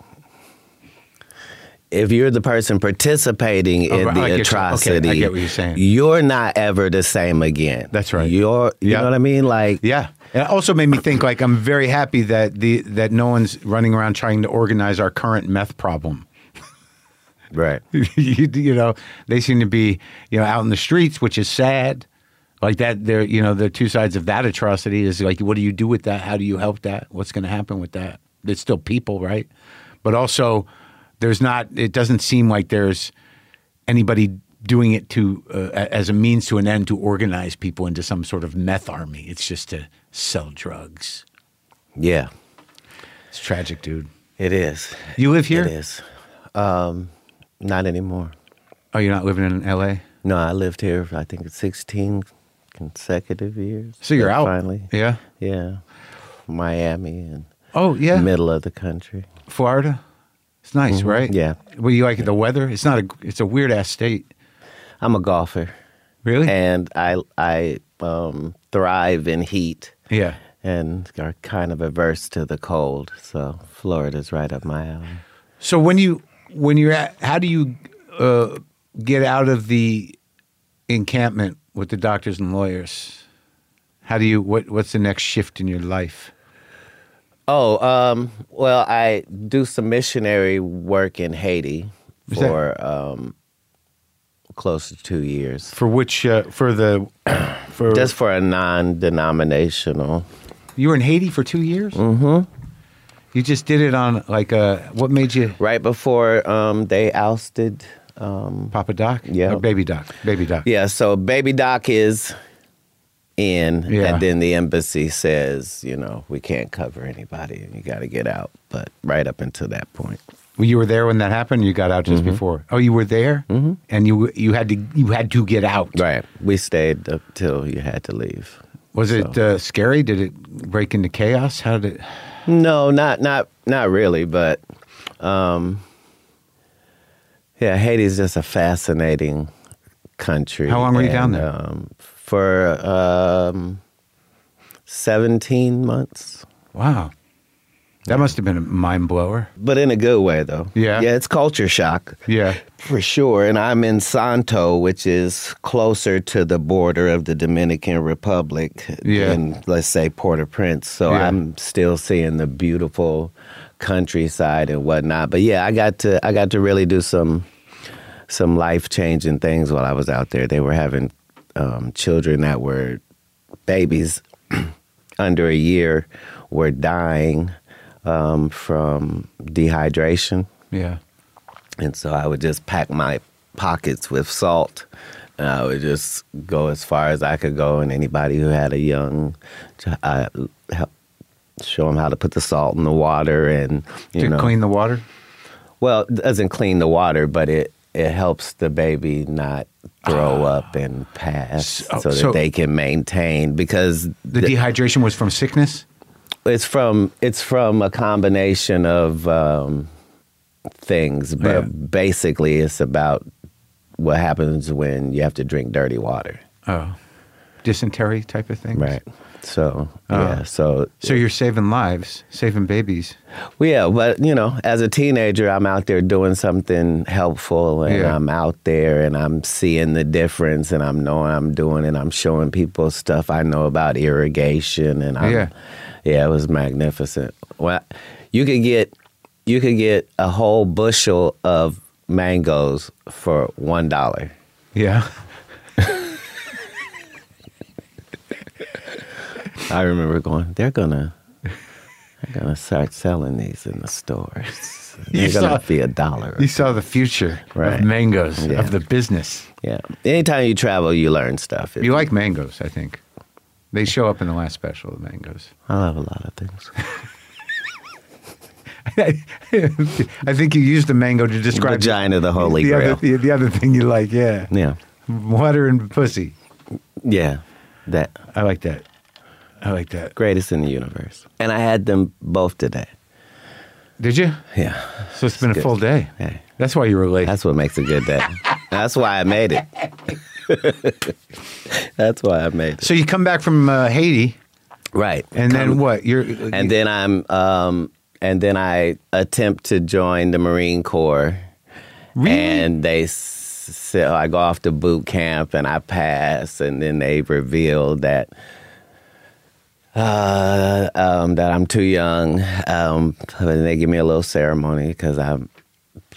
if you're the person participating in Oh, right, the I get you. Okay, I atrocity, get what you're saying. you're not ever the same again. That's right. You're, you Yeah. know what I mean? Like, Yeah. And it also made me think like I'm very happy that the that no one's running around trying to organize our current meth problem. right. you, you know, they seem to be, you know, out in the streets, which is sad. Like that there you know, the two sides of that atrocity is like what do you do with that? How do you help that? What's going to happen with that? It's still people, right? But also there's not it doesn't seem like there's anybody doing it to uh, a- as a means to an end to organize people into some sort of meth army. It's just to sell drugs. Yeah, It's tragic, dude. it is. You live here? It is. Um, not anymore. Oh, you're not living in LA? No, I lived here, for, I think, 16 consecutive years. So you're But out. Finally. Yeah. Yeah. Miami and Oh, yeah. middle of the country. Florida. It's nice, right? Mm-hmm. yeah. Well, you like the weather? It's not a. It's a weird ass state. I'm a golfer Really? and I, I um, thrive in heat. yeah. and are kind of averse to the cold. So Florida's right up my alley. So when you when you're at, how do you uh, get out of the encampment with the doctors and lawyers? How do you what What's the next shift in your life? Oh, um, well, I do some missionary work in Haiti What's that? for um, close to two years, For which uh, for the for just for a non-denominational. you were in Haiti for two years. Mm-hmm. You just did it on like a what made you Right before um, they ousted, um, Papa Doc? Yeah. Or baby Doc, baby Doc. yeah. So Baby Doc is in, Yeah. and then the embassy says, you know, we can't cover anybody, and you got to get out. But right up until that point. Well, you were there when that happened. You got out just Mm-hmm. before. Oh, you were there, mm-hmm. and you you had to you had to get out. Right. We stayed up till you had to leave. Was it uh, scary? Did it break into chaos? How did it? No, not not not really, but um yeah, Haiti's just a fascinating country. How long were you down there? Um, for um 17 months. Wow, that must have been a mind blower. But in a good way though. Yeah. Yeah, it's culture shock. Yeah, For sure. And I'm in Santo, which is closer to the border of the Dominican Republic Yeah. than, let's say, Port au Prince. So Yeah. I'm still seeing the beautiful countryside and whatnot. But yeah, I got to I got to really do some some life changing things while I was out there. They were having um, children that were babies under a year were dying um, from dehydration. yeah. And so I would just pack my pockets with salt. And I would just go as far as I could go. And anybody who had a young, ch- I help show them how to put the salt in the water and, you to know. clean the water. Well, it doesn't clean the water, but it, it helps the baby not throw up and pass Ah. So- so, so- that they can maintain because The dehydration was from sickness. it's from it's from a combination of um, things, but Yeah. basically it's about what happens when you have to drink dirty water, Oh, dysentery type of thing. right? So yeah, so So you're saving lives, saving babies. Well, yeah, but you know, as a teenager, I'm out there doing something helpful, and Yeah. I'm out there, and I'm seeing the difference, and I'm knowing I'm doing, and I'm showing people stuff I know about irrigation, and I'm, Yeah. yeah, it was magnificent. Well, you could get you could get a whole bushel of mangoes for one dollar. Yeah. I remember going, they're gonna. They're gonna start selling these in the stores. You They're gonna saw- be a dollar. You saw the future Right. of mangoes Yeah. of the business. Yeah. Anytime you travel, you learn stuff. It- You like mangoes, I think. They show up in the last special of mangoes. I love a lot of things. I think you used the mango to describe Vagina, the holy the grail. other, the, the other thing you like, yeah. yeah. Water and pussy. Yeah. That I like that. I like that. greatest in the universe. And I had them both today. Did you? Yeah. So it's been a Good. full day. Yeah. That's why you were late. That's what makes a good day. That's why I made it. That's why I made it. so you come back from uh, Haiti, Right. and then what? You're And then I'm um and then I attempt to join the Marine Corps Really? And they so I go off to boot camp and I pass, and then they reveal that uh, um, that I'm too young. Um, and they give me a little ceremony because I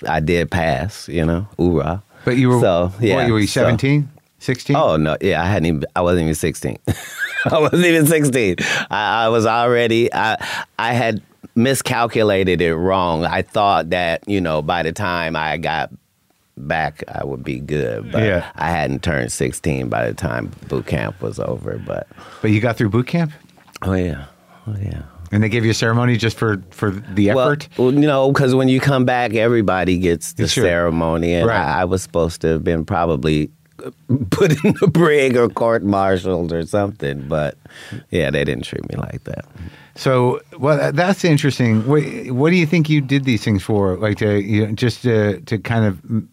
I did pass, you know, hoorah. But you were so yeah. what, you were so- 17, 16? Oh no, yeah, I hadn't even. I wasn't even sixteen. I wasn't even sixteen. I, I was already. I I had miscalculated it wrong. I thought that you know by the time I got back, I would be good. But Yeah. I hadn't turned sixteen by the time boot camp was over. But But you got through boot camp, oh yeah, oh yeah. and they gave you a ceremony just for for the effort. Well, well, you know, because when you come back, everybody gets the Sure. ceremony, and Right. I, I was supposed to have been probably uh, put in the brig or court martialed or something, but yeah, they didn't treat me like that. so, well, that- that's interesting. What, what do you think you did these things for? Like to you know, just to to kind of mm,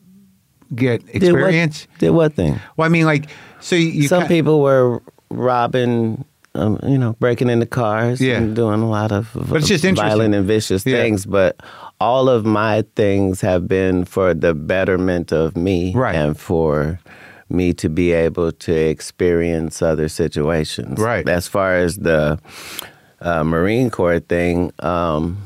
get Did what- experience. Did what thing? Well, I mean, like, so you Some ki- people were robbing. Um, you know, breaking into cars Yeah. and doing a lot of v- it's just interesting. violent and vicious Yeah. things, but all of my things have been for the betterment of me Right. and for me to be able to experience other situations. Right. As far as the uh, Marine Corps thing, um,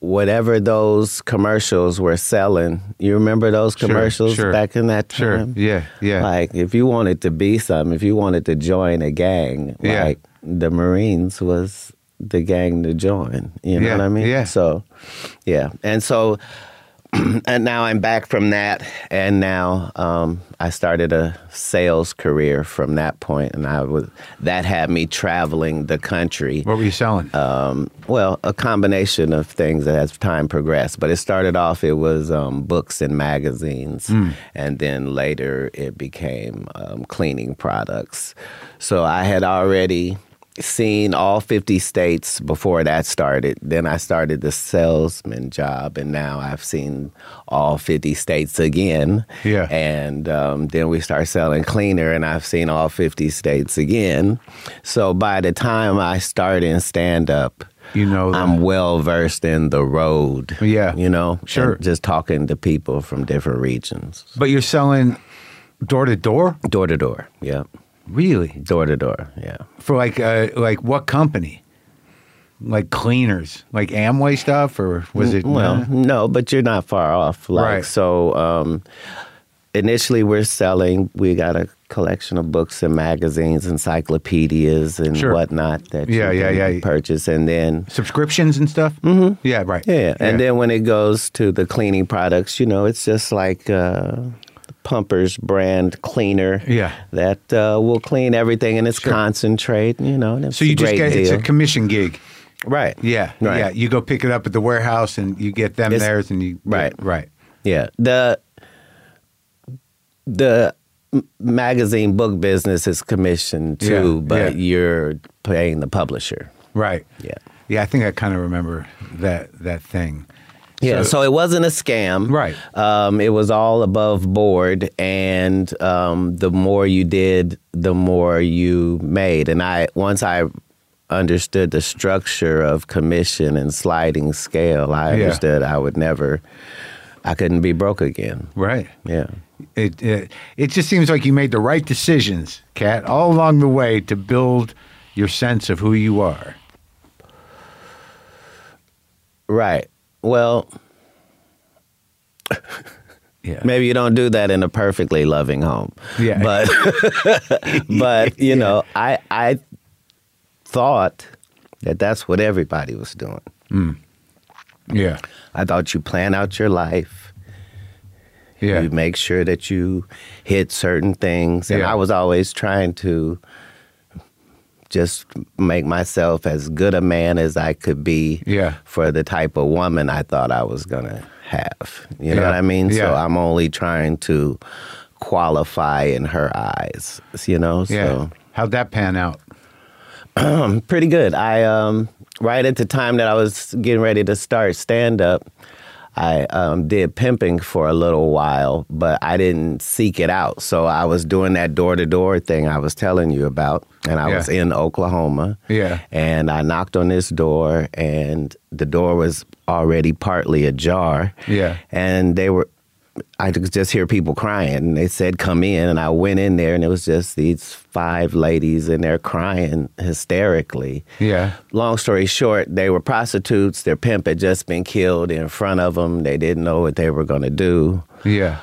whatever those commercials were selling. You remember those commercials sure. back in that Sure, time? yeah, yeah. Like if you wanted to be something, if you wanted to join a gang, Yeah. like the Marines was the gang to join. You know Yeah, what I mean? yeah. So yeah. And so and now I'm back from that and now um, I started a sales career from that point and I was that had me traveling the country What were you selling? uh, well, a combination of things that as time progressed. But it started off, it was um, books and magazines. And then later it became um, cleaning products. So I had already seen all 50 states before that started. Then I started the salesman job. And now I've seen all 50 states again. Yeah. And um, then we start selling cleaner, and I've seen all 50 states again. So by the time I start in stand up, you know, that. I'm well versed in the road. Yeah. You know? Sure. and just talking to people from different regions. but you're selling door to door, Door to door. Yeah. really? Door to door. Yeah. For like, uh, like what company? Like cleaners, like Amway stuff, or was it? uh, Well, no, but you're not far off. Like Uh-huh. Right. so um initially we're selling we got a collection of books and magazines, encyclopedias and Sure. whatnot that Yeah, you yeah, can yeah. purchase and then subscriptions and stuff. Mm-hmm. Yeah, right. Yeah, and then when it goes to the cleaning products, you know, it's just like uh, Pumpers brand cleaner. Yeah. that uh, will clean everything and it's concentrate. You know, and it's so you a just great get it's deal. a commission gig. right. Yeah, Right. yeah. You go pick it up at the warehouse, and you get them It's- theirs, and you right. yeah, right. Yeah. The the m- magazine book business is commission too, Yeah, but yeah. you're paying the publisher. Right. Yeah. Yeah, I think I kind of remember that that thing. Yeah, so, it wasn't a scam. Right. Um, it was all above board. And um, the more you did, the more you made. And I once I understood the structure of commission and sliding scale, I Yeah. understood I would never, I couldn't be broke again. Right. Yeah. It, it it just seems like you made the right decisions, Kat, all along the way to build your sense of who you are. Right. Well, Yeah. maybe you don't do that in a perfectly loving home. Yeah. But but you know, I I thought that that's what everybody was doing. Yeah. I thought you plan out your life. Yeah. You make sure that you hit certain things. And Yeah. I was always trying to just make myself as good a man as I could be Yeah. for the type of woman I thought I was going to have. You know Yeah. what I mean? So Yeah. I'm only trying to qualify in her eyes, you know? yeah. So How'd that pan out? pretty good. I um right at the time that I was getting ready to start stand up, I um, did pimping for a little while, but I didn't seek it out. So I was doing that door to door thing I was telling you about, and I Yeah. was in Oklahoma. Yeah. And I knocked on this door, and the door was already partly ajar. Yeah. And they were, I could just hear people crying, and they said, Come in. And I went in there, and it was just these five ladies, and they're crying hysterically Yeah. long story short, they were prostitutes. Their pimp had just been killed in front of them. They didn't know what they were going to do. Yeah.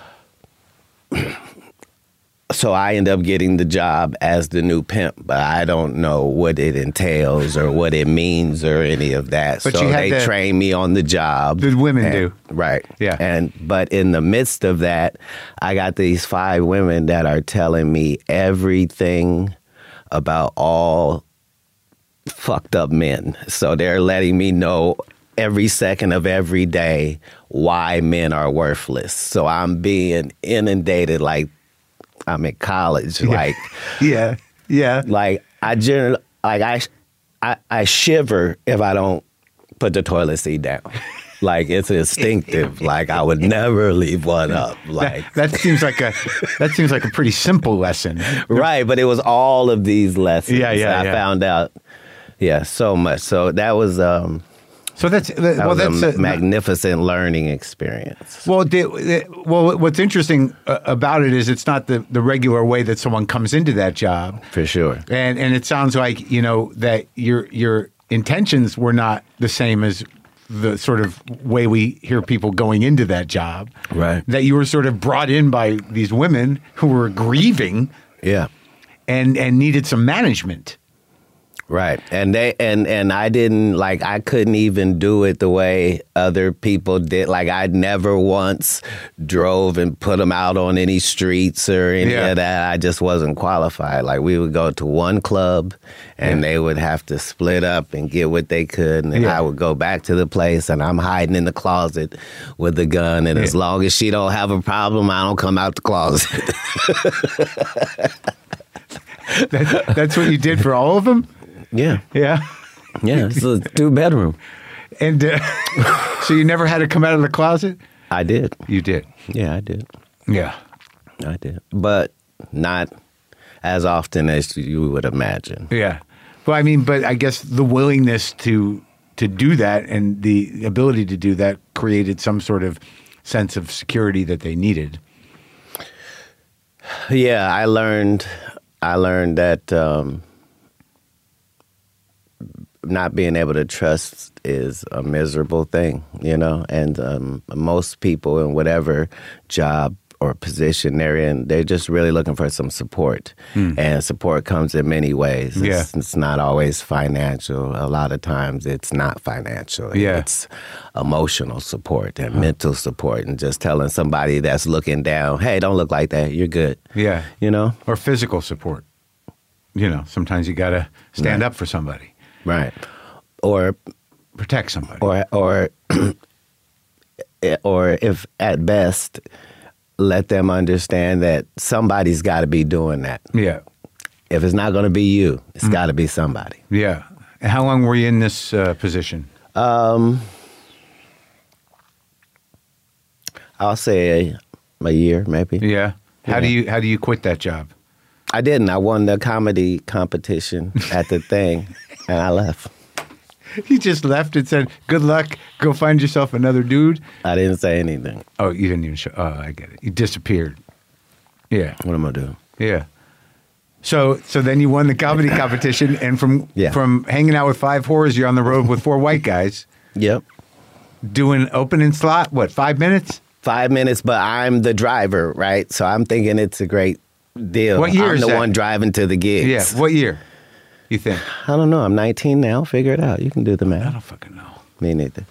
So I end up getting the job as the new pimp, but I don't know what it entails or what it means or any of that. But so you had they to- train me on the job. The women And- do. Right. Yeah. And but in the midst of that, I got these five women that are telling me everything about all fucked up men. So they're letting me know every second of every day why men are worthless. So I'm being inundated like I'm in college. Like Yeah. Yeah. like I generally like I, sh- I I shiver if I don't put the toilet seat down. Like it's instinctive. like I would never leave one up. Like That seems like a that seems like a pretty simple lesson. right, but it was all of these lessons. Yeah, yeah, that I yeah. found out. Yeah, so much. So that was um So that's that, that well, was that's a, a, magnificent learning experience. well, the, the- well. What's interesting uh, about it is it's not the the regular way that someone comes into that job. For sure. and and it sounds like you know that your your intentions were not the same as the sort of way we hear people going into that job Right. that you were sort of brought in by these women who were grieving Yeah. and and needed some management Right. And they and and I didn't like I couldn't even do it the way other people did. Like I never once drove and put them out on any streets or any Yeah. of that. I just wasn't qualified. Like we would go to one club and they would have to split up and get what they could and then Yeah. I would go back to the place and I'm hiding in the closet with a gun and as Yeah. long as she don't have a problem, I don't come out the closet. that, that's what you did for all of them yeah. yeah Yeah. It's a two bedroom. and uh, so you never had to come out of the closet I did. you did Yeah, I did. yeah I did, but not as often as you would imagine. Yeah. Well, I mean, but I guess the willingness to to do that and the ability to do that created some sort of sense of security that they needed. Yeah, I learned. I learned that um, not being able to trust is a miserable thing, you know. And um, most people in whatever job or position they're in, they're just really looking for some support. And support comes in many ways. It's, Hmm. Yeah. it's not always financial. A lot of times, it's not financial. Yeah. It's emotional support and mental support, and just telling somebody that's looking down, "Hey, don't look like that. You're good." Yeah. you know Or physical support. You know, sometimes you got to stand up for somebody, right or protect somebody. or or or if at best let them understand that somebody's got to be doing that yeah. if it's not going to be you it's Mm. got to be somebody Yeah. And how long were you in this uh, position? i'll say a, a year maybe Yeah. How do Yeah. you how do you quit that job? i didn't i won the comedy competition at the thing and i left He just left and said, "Good luck. Go find yourself another dude." i didn't say anything Oh, you didn't even show. Oh, I get it. You disappeared. Yeah. what am i doing Yeah. So so then you won the comedy competition, and from Yeah. from hanging out with five whores, you're on the road with four white guys yep doing opening slot. What five minutes? five minutes, but I'm the driver, right? So I'm thinking it's a great deal. What year I'm is the that? one driving to the Yeah. gigs. What year? You think? I don't know. I'm 19 now. Figure it out. You can do the I math. don't fucking know. Me neither.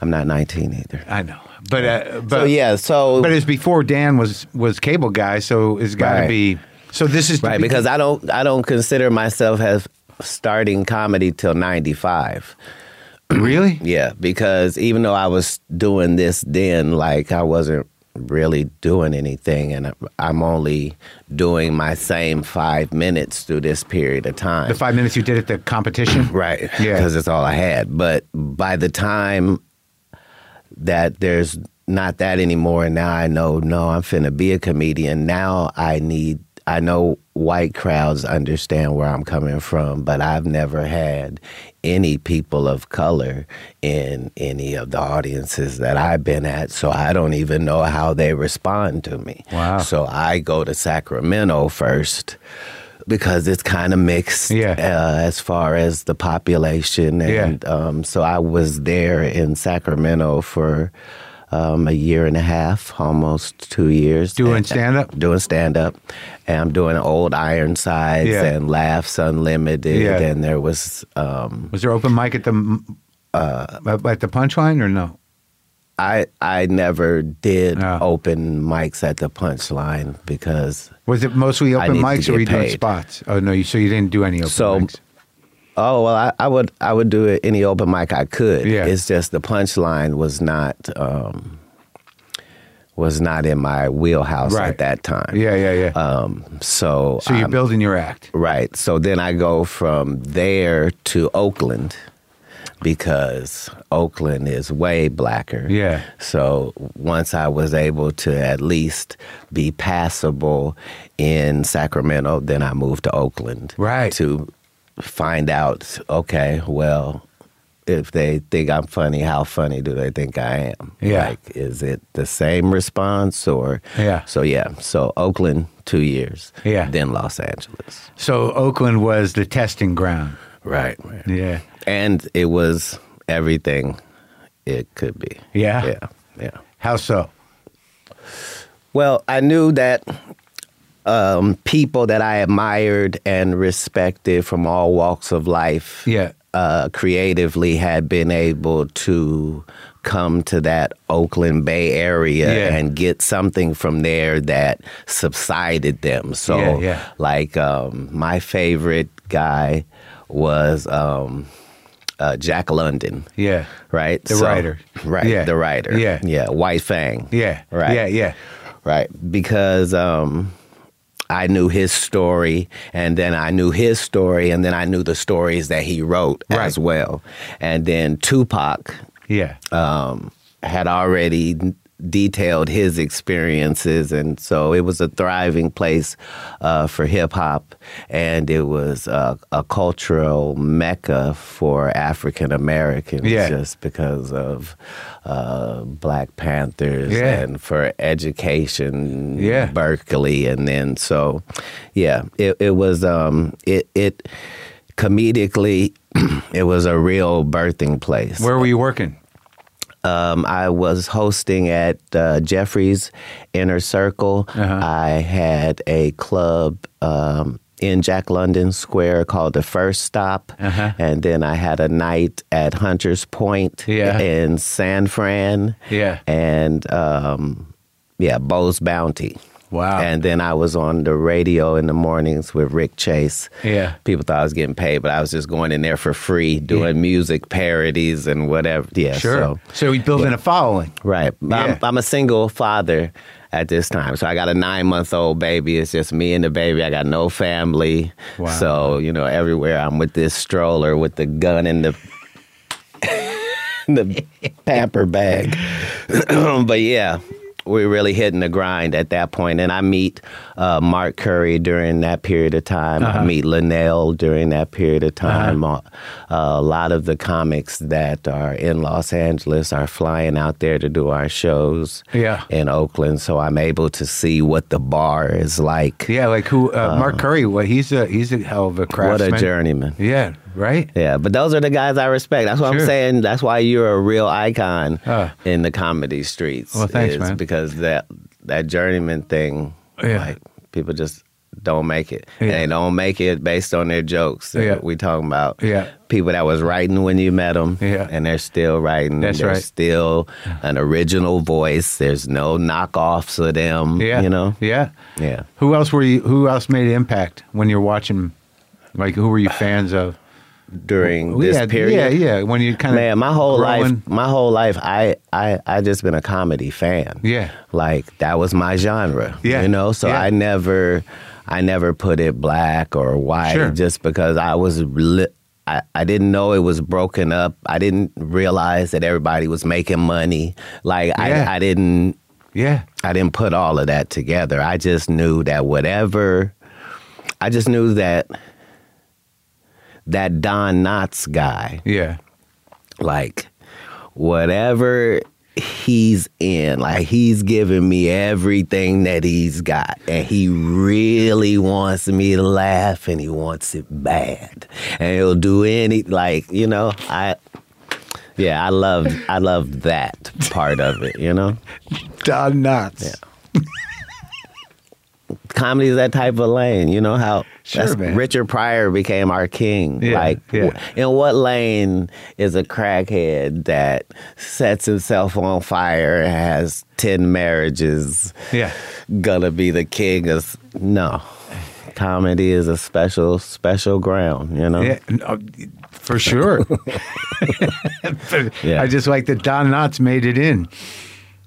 I'm not 19 either. I know, but uh, but so yeah, so but it's before Dan was was cable guy, so it's got to be. Right. So this is right because I don't I don't consider myself as starting comedy till 95. really Yeah, because even though I was doing this then, like I wasn't really doing anything, and I'm only doing my same five minutes through this period of time. the five minutes you did at the competition, Right. Yeah. Because it's all I had. But by the time that there's not that anymore. And now I know, no, I'm finna be a comedian. Now I need, I know white crowds understand where I'm coming from, but I've never had any people of color in any of the audiences that I've been at. So I don't even know how they respond to me. Wow. So I go to Sacramento first. Because it's kind of mixed Yeah. uh, as far as the population Yeah. and um, so I was there in Sacramento for um, a year and a half, almost two years. Doing And- stand-up? Doing stand up. And I'm doing Old Ironsides Yeah. and Laughs Unlimited. Yeah. And there was, um, Was there open mic at the uh, at the punchline or no? I, I never did Oh. open mics at the punchline because, Was it mostly open need to mics or get were you doing paid. spots? Oh no, you so you didn't do any open So- mics. oh, well, I, I, would, I would do it any open mic I could. Yeah. It's just the punchline was not. Um, was not in my wheelhouse Right. at that time. Yeah, yeah, yeah. So, so you're uh, I'm- building your act. Right. So then I go from there to Oakland because Oakland is way blacker. Yeah. So once I was able to at least be passable in Sacramento, then I moved to Oakland. Right. To find out, okay, well, if they think I'm funny, how funny do they think I am? Yeah. Like, is it the same response or? Yeah. So, yeah. So Oakland, two years. Yeah. Then Los Angeles. So Oakland was the testing ground. Right. Yeah. And it was everything it could be. Yeah? Yeah. Yeah. How so? Well, I knew that um, people that I admired and respected from all walks of life Yeah. uh, creatively had been able to come to that Oakland Bay area Yeah. and get something from there that subsided them. So, Yeah, yeah. like, um, my favorite guy was um, uh, Jack London. Yeah. Right? The writer. Right. Yeah. The writer. Yeah. Yeah. White Fang. Yeah. Right. Yeah. Yeah. Right. Because um, I knew his story, and then I knew his story, and then I knew the stories that he wrote Right. as well. And then Tupac Yeah. um, had already detailed his experiences, and so it was a thriving place uh, for hip hop, and it was uh, a cultural mecca for African Americans, Yeah. just because of uh, Black Panthers Yeah. and for education, Yeah. Berkeley, and then so, yeah, it, it was um, it it comedically. It was a real birthing place. Where were you working? Um, I was hosting at uh, Jeffrey's Inner Circle. Uh-huh. I had a club um, in Jack London Square called The First Stop. Uh-huh. And then I had a night at Hunter's Point Yeah. in San Fran. Yeah. And um, yeah, Bo's Bounty. Wow. And then I was on the radio in the mornings with Rick Chase. Yeah. People thought I was getting paid, but I was just going in there for free doing music parodies and whatever. Yeah. Sure. So, So, you're building a following. right. But Yeah. I'm, I'm a single father at this time. So I got a nine month old baby. It's just me and the baby. I got no family. Wow. So, you know, everywhere I'm with this stroller with the gun in the. in the pamper bag. but yeah, we're really hitting the grind at that point. And I meet uh, Mark Curry during that period of time. Uh-huh. I meet Linnell during that period of time. uh a lot of the comics that are in Los Angeles are flying out there to do our shows Yeah. in Oakland. So I'm able to see what the bar is like. Yeah. Like who? Uh, Mark Curry. Well, he's a he's a hell of a Uh-huh. What craftsman. a journeyman. Yeah. Right. Yeah, but those are the guys I respect. That's what Sure. I'm saying. That's why you're a real icon Uh. in the comedy streets. Well, thanks, is man. Because that that journeyman thing, Yeah. like people just don't make it. Yeah. And they don't make it based on their jokes. Yeah. We talking about Yeah. people that was writing when you met them, Yeah. and they're still writing. That's They're right. Still an original voice. There's no knockoffs of them. Yeah. you know. Yeah. Yeah. Who else were you? Who else made an impact when you're watching? Like who were you fans of? During Well, this yeah, period. Yeah. Yeah. When you kind of Man, my whole life, Uh, growing- my whole life, I, I, I just been a comedy fan. Yeah. like that was my genre. Yeah. you know, so Yeah. I never, I never put it black or white, Sure. just because I was, li- I, I didn't know it was broken up. I didn't realize that everybody was making money. Like Yeah. I, I didn't Yeah. I didn't put all of that together. I just knew that whatever, I just knew that that Don Knotts guy, Yeah. like whatever he's in, like he's giving me everything that he's got, and he really wants me to laugh, and he wants it bad, and he'll do any, like you know, I. Yeah, I loved I loved that part of it, you know? Don Knotts. Yeah. comedy is that type of lane. You know how Sure, that's- man. Richard Pryor became our king. Yeah, like, yeah. wh- in what lane is a crackhead that sets himself on fire, has ten marriages, Yeah. gonna be the king? Of s- no, comedy is a special, special ground. You know, no, uh, for sure. Yeah. I just like that Don Knotts made it in.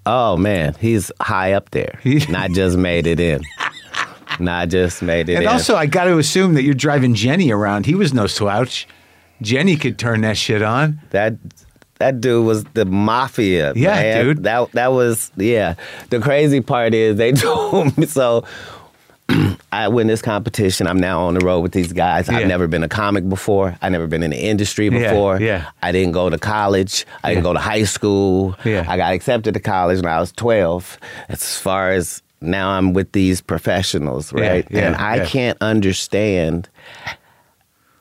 oh man, he's high up there. He- Not just made it in. Not just made it And in. also, I got to assume that you're driving Jenny around. He was no slouch. Jenny could turn that shit on. That that dude was the mafia. Yeah, man. dude. That that was yeah. The crazy part is they told me so. I win this competition. I'm now on the road with these guys. Yeah. I've never been a comic before. I've never been in the industry Yeah, before. yeah. I didn't go to college. I didn't Yeah. go to high school. Yeah. I got accepted to college when I was 12. As far as now, I'm with these professionals, Yeah, right? yeah, and I yeah. can't understand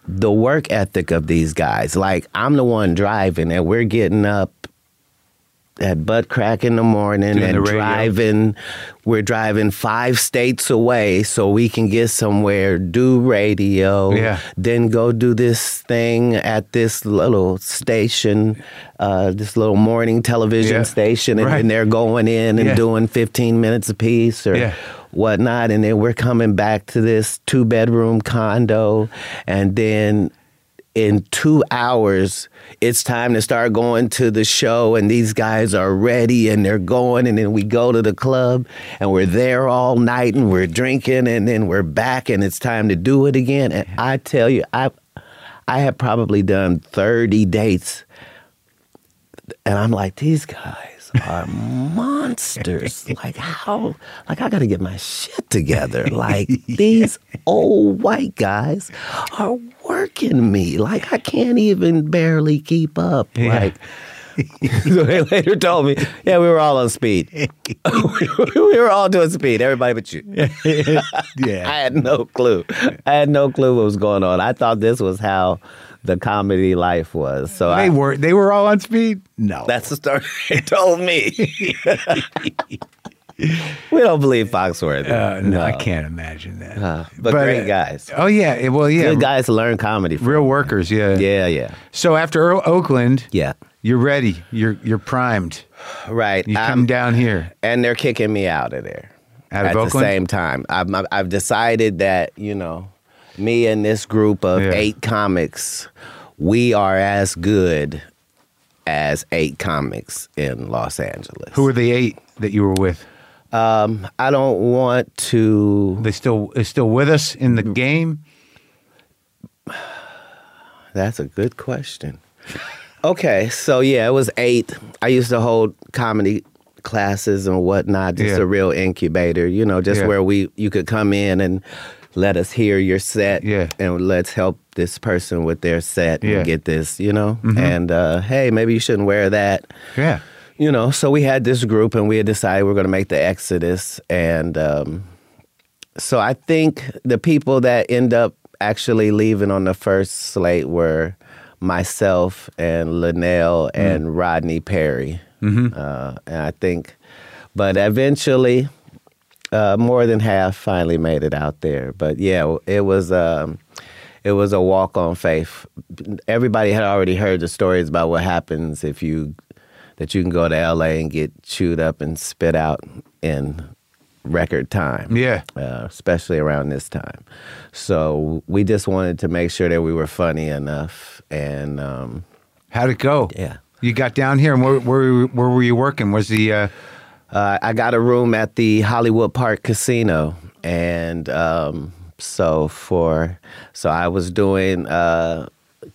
the work ethic of these guys. Like I'm the one driving, and we're getting up at butt crack in the morning Doing the and radio. driving. We're driving five states away so we can get somewhere, do radio, Yeah. then go do this thing at this little station, uh, this little morning television Yeah. station, and Right. then they're going in and Yeah. doing 15 minutes apiece or Yeah. whatnot. And then we're coming back to this two bedroom condo. And then in two hours, it's time to start going to the show. And these guys are ready and they're going. And then we go to the club and we're there all night and we're drinking. And then we're back and it's time to do it again. And I tell you, I, I had probably done 30 dates. And I'm like, these guys are monsters. Like how? Like I got to get my shit together. Like these old white guys are working me. Like I can't even barely keep up. Like. so they later told me, yeah, we were all on speed. we were all doing speed, everybody but you. I Yeah. had no clue. I had no clue what was going on. I thought this was how the comedy life was. So I, they were they were all on speed. No. that's the story they told me. we don't believe Foxworthy. Uh, no, I can't imagine that. but, great uh, guys. Oh yeah. eh, Well, yeah. Good guys learn comedy. From. Real workers. Yeah. Yeah, yeah, So after o- Oakland, yeah. you're ready. You're you're primed. Right. um, You come I'm- down here. and they're kicking me out of there Out of at the Oakland? same time. I've, I've- I've decided that you know, me and this group of Yeah. eight comics, we are as good as eight comics in Los Angeles. Who were the eight that you were with? um, I don't want to. They still is still with us in the game. That's a good question. Okay, so yeah, it was eight. I used to hold comedy classes and whatnot, just Yeah. a real incubator, you know, just Yeah. where we you could come in and let us hear your set Yeah. and let's help this person with their set Yeah. Mm-hmm. and get this, you know. And uh, hey, maybe you shouldn't wear that. Yeah. You know, so we had this group and we had decided we are going to make the exodus and um so I think the people that end up actually leaving on the first slate were myself and Linnell and Rodney Perry. Uh, and I think, but eventually, uh, more than half finally made it out there. But yeah, it was. Um, it was a walk on faith. Everybody had already heard the stories about what happens if you that you can go to LA and get chewed up and spit out in record time Yeah. uh, especially around this time. So we just wanted to make sure that we were funny enough. And um, How'd it go? Yeah. You got down here, and where where, where were you working? Was the uh, uh, I got a room at the Hollywood Park Casino, and um, so for so I was doing uh,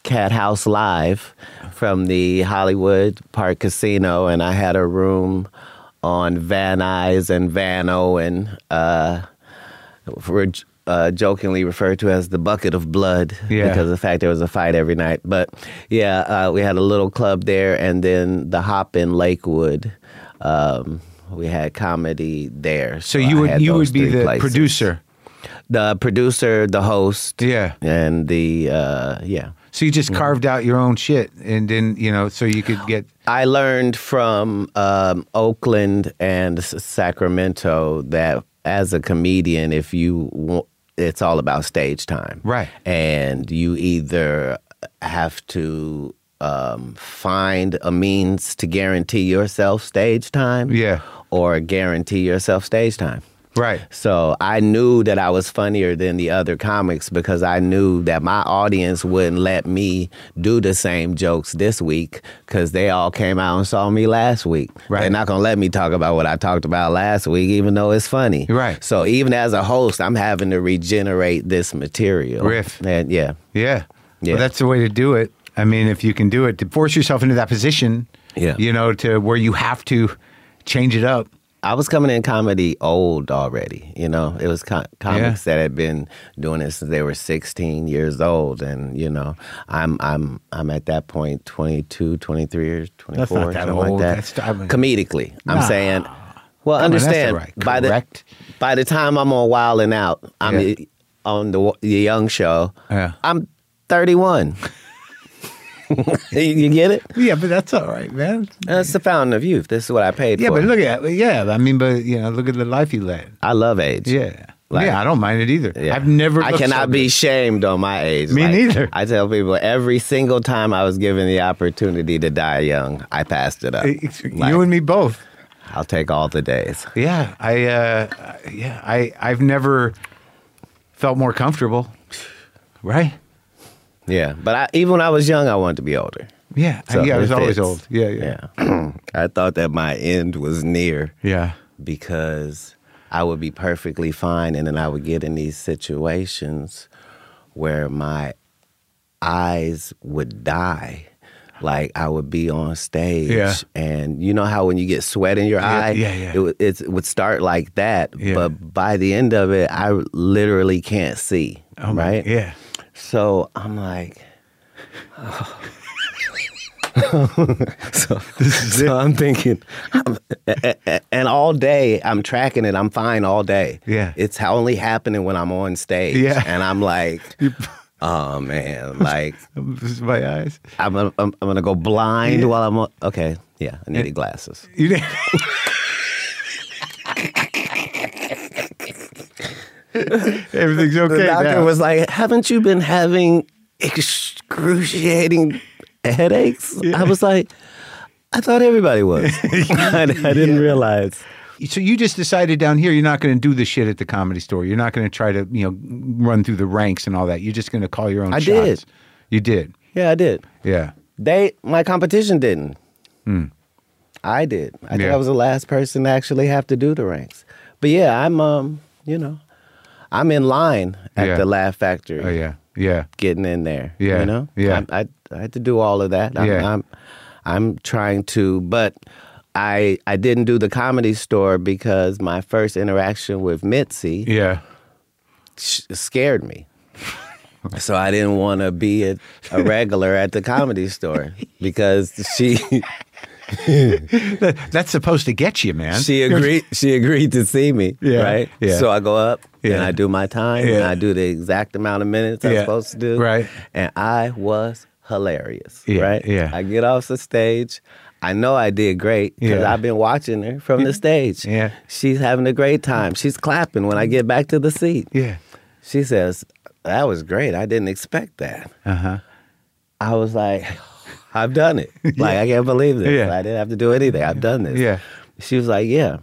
Cat House Live from the Hollywood Park Casino, and I had a room on Van Nuys and Van Owen, uh, were uh, jokingly referred to as the bucket of blood Yeah. because of the fact there was a fight every night. But yeah, uh, we had a little club there, and then the Hop in Lakewood. Um, we had comedy there. So I you had would you those would be three the places. producer. the producer, the host, Yeah. and the uh, yeah. So you just carved out your own shit, and then you know, so you could get. I learned from um, Oakland and S- Sacramento that as a comedian, if you want, it's all about stage time, Right. And you either have to um, find a means to guarantee yourself stage time, Yeah. or guarantee yourself stage time. Right. So I knew that I was funnier than the other comics because I knew that my audience wouldn't let me do the same jokes this week because they all came out and saw me last week. Right. They're not gonna let me talk about what I talked about last week, even though it's funny. Right. So even as a host, I'm having to regenerate this material. Riff. And yeah. Yeah. Yeah. Well, that's the way to do it. I mean, if you can do it, to force yourself into that position, Yeah. you know, to where you have to change it up. I was coming in comedy old already. You know, it was co- comics Yeah. that had been doing it since they were 16 years old, and you know, I'm I'm I'm at that point 22, 23 or 24, That's not that something old. like that. That's- I mean- Comedically, I'm Nah. saying. Well, Come on, that's the understand right- by correct. the by the time I'm on Wild and Out, I'm Yeah. on the, the Young Show. Yeah. I'm 31. you, you get it? Yeah, but that's all right, man. That's the fountain of youth. This is what I paid Yeah, for. but look at yeah. I mean, but you know, look at the life you led. I love age. Yeah. Like- yeah, I don't mind it either. Yeah. I've never. I looked cannot so be good. shamed on my age. Me neither. I tell people every single time I was given the opportunity to die young, I passed it up. It's- Like, you and me both. I'll take all the days. Yeah, I. Uh, yeah, I. I've never felt more comfortable. Right. Yeah, but I, even when I was young, I wanted to be older. Yeah. I- So yeah. I it was always fits. old. Yeah. Yeah. Yeah, I thought that my end was near Yeah. because I would be perfectly fine, and then I would get in these situations where my eyes would die. Like I would be on stage, Yeah. and you know how when you get sweat in your Yeah, eye, yeah, yeah. It, would- it's- it would start like that, Yeah. but by the end of it, I literally can't see. Oh, my- right? Yeah. So I'm like, oh. so, so I'm thinking, I'm- a- a- and all day I'm tracking it. I'm fine all day. Yeah. it's how- only happening when I'm on stage. Yeah. and I'm like, oh man, like This is my eyes. I'm I'm, I'm gonna go blind while I'm on. Okay, yeah, I needed glasses. You didn't. Everything's okay The doctor now. was like, haven't you been having excruciating headaches? I was like. I thought everybody was. I, I didn't realize. so you just decided down here you're not going to do the shit at the comedy store. You're not going to try to you know run through the ranks and all that. You're just going to call your own. I shots. did. You did. Yeah, I did. Yeah. They my competition didn't. I did. I think Hmm. Yeah. I was the last person to actually have to do the ranks. But yeah, I'm um, you know, I'm in line at Yeah. the Laugh Factory, Oh yeah. Yeah. getting in there. Yeah, you know, yeah. I, I, I had to do all of that. I'm, Yeah. I'm I'm trying to, but I I didn't do the comedy store because my first interaction with Mitzi Yeah. sh- scared me. So I didn't want to be a, a regular at the comedy store because she That's supposed to get you, man. she agreed she agreed to see me, Yeah, right? yeah. So I go up and Yeah. I do my time and Yeah. I do the exact amount of minutes I'm Yeah, supposed to do, right. And I was hilarious, Yeah, right? yeah. I get off the stage. I know I did great because Yeah. I've been watching her from the stage. Yeah. She's having a great time. She's clapping when I get back to the seat. yeah. She says, That was great. I didn't expect that. Uh huh. I was like, I've done it. Like, I can't believe this. Yeah. I didn't have to do anything. I've done this. Yeah. She was like, Yeah,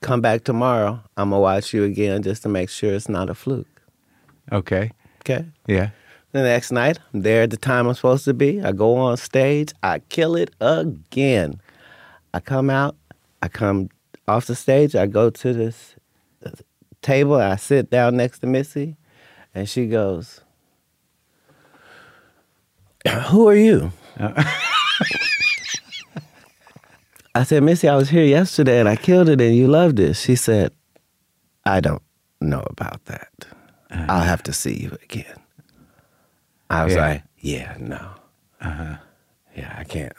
come back tomorrow. I'm going to watch you again just to make sure it's not a fluke. Okay. Okay. Yeah. The next night, I'm there at the time I'm supposed to be. I go on stage. I kill it again. I come out. I come off the stage. I go to this uh, table. I sit down next to Missy, and she goes, who are you? I said, Missy, I was here yesterday and I killed it and you loved it. She said, I don't know about that. I'll have to see you again. I was Yeah. like, yeah, no. Yeah, I can't.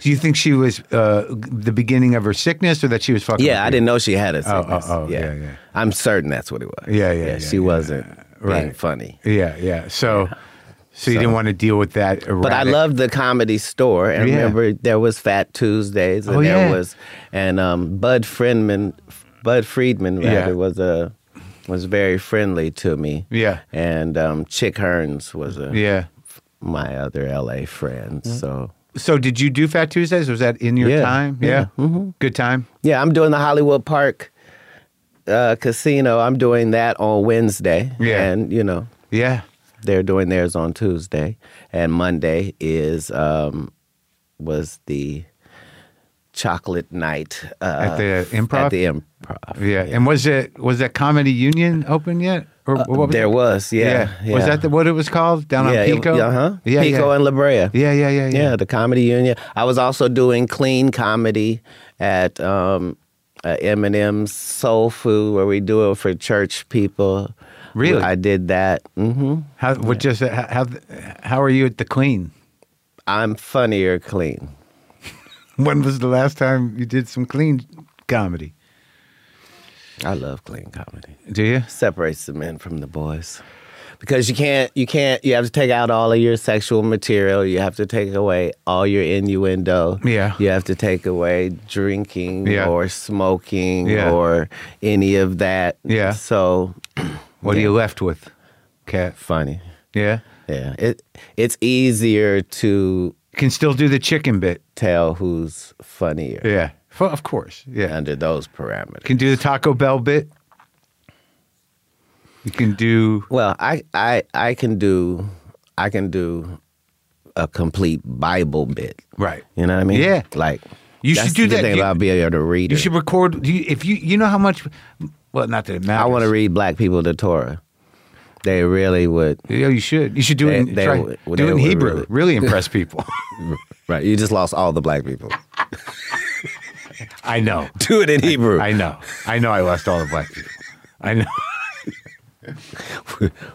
Do you think she was uh, the beginning of her sickness, or that she was fucking? Yeah, I didn't know she had a Oh, oh, sickness. oh, yeah, yeah. I'm certain that's what it was. Yeah, yeah, yeah, she yeah. wasn't being Right. funny. Yeah, yeah. So, so you didn't want to deal with that. Erratic. But I loved the comedy store, and Yeah. remember there was Fat Tuesdays, and Oh, there yeah. was, and um, Bud Friedman, Bud Friedman rather Yeah. was a was very friendly to me. Yeah. and um, Chick Hearns was a Yeah. Mm-hmm. my other L.A. friend. So So did you do Fat Tuesdays? Was that in your Yeah, time? Mm-hmm. Yeah. Good time. yeah, I'm doing the Hollywood Park uh, Casino. I'm doing that on Wednesday, Yeah. and you know Yeah. they're doing theirs on Tuesday, and Monday is um, was the chocolate night uh, At the improv? At the improv, Yeah. And was it was that comedy union open yet? Or what was Uh, there it? was yeah, Was that the, what it was called down on Pico? Uh huh. Yeah, Pico yeah. and La Brea. Yeah. yeah, yeah, yeah, yeah. the comedy union. I was also doing clean comedy at um, uh, Eminem's Soul Food, where we do it for church people. Really? I did that. hmm How what just uh, how how are you at the clean? I'm funnier clean. When was the last time you did some clean comedy? I love clean comedy. Do you? separates the men from the boys because you can't you can't you have to take out all of your sexual material you have to take away all your innuendo Yeah. you have to take away drinking Yeah. or smoking Yeah. or any of that Yeah. so What are you left with? Cat. funny Yeah. yeah it it's easier to Can still do the chicken bit. tell who's funnier Yeah. F- of course. Yeah. under those parameters Can do the Taco Bell bit. You can do Well, I I I can do I can do a complete Bible bit. right. You know what I mean? Yeah. Like You that's should do the that. Thing You- about being able to read. You it. should record. Do you, if you you know how much. Well, not that it matters. I want to read black people the Torah. They really would. Yeah, you should. You should do it. In, They- they try- would- do they it in would Hebrew. really- really impress people. Right. You just lost all the black people. I know. Do it in Hebrew. I know. I know. I lost all the black people. I know.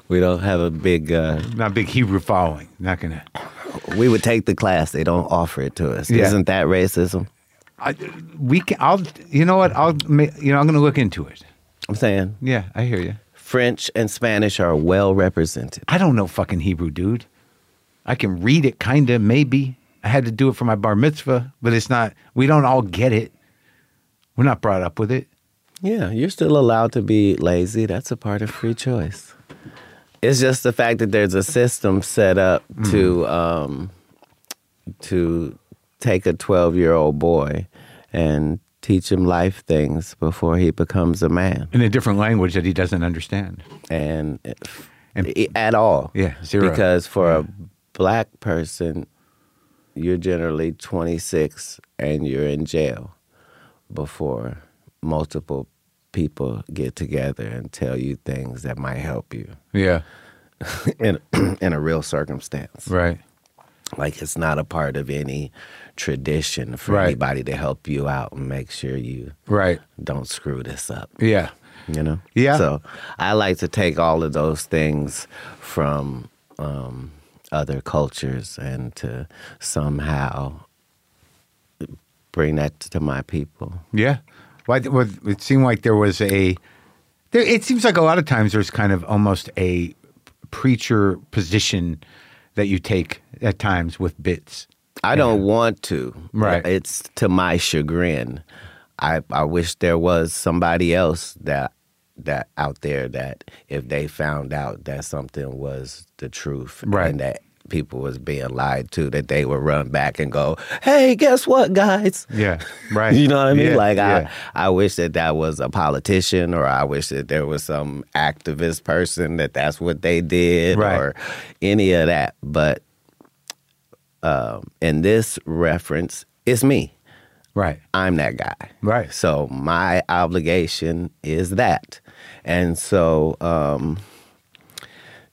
we don't have a big. Uh, Not a big Hebrew following. Not gonna. we would take the class. They don't offer it to us. Yeah. Isn't that racism? I, we can. I'll. You know what? I'll. ma- You know. I'm gonna look into it. I'm saying Yeah, I hear you. French and Spanish are well represented. I don't know fucking Hebrew, dude. I can read it, kinda, maybe. I had to do it for my bar mitzvah, but it's not. We don't all get it. We're not brought up with it. Yeah, you're still allowed to be lazy. That's a part of free choice. It's just the fact that there's a system set up to um, to take a 12 year old boy and teach him life things before he becomes a man, in a different language that he doesn't understand. and, if- And- i- at all. Yeah, zero. Because for a black person, you're generally 26 and you're in jail before multiple people get together and tell you things that might help you Yeah, in in a real circumstance. right. Like it's not a part of any tradition for Right. anybody to help you out and make sure you Right. don't screw this up Yeah. you know Yeah. so i like to take all of those things from um, other cultures and to somehow bring that to my people Yeah. Why? Well, it seemed like there was a. There, it seems like a lot of times there's kind of almost a preacher position that you take at times with bits. i don't want to Right. it's to my chagrin i i wish there was somebody else that that out there that if they found out that something was the truth Right. and that people was being lied to that they would run back and go hey guess what guys Yeah. Right. You know what I mean? Yeah, like yeah. I, I wish that that was a politician, or I wish that there was some activist person that that's what they did, Right. or any of that. But um, in this reference, it's me. Right. I'm that guy. Right. So my obligation is that, and so um,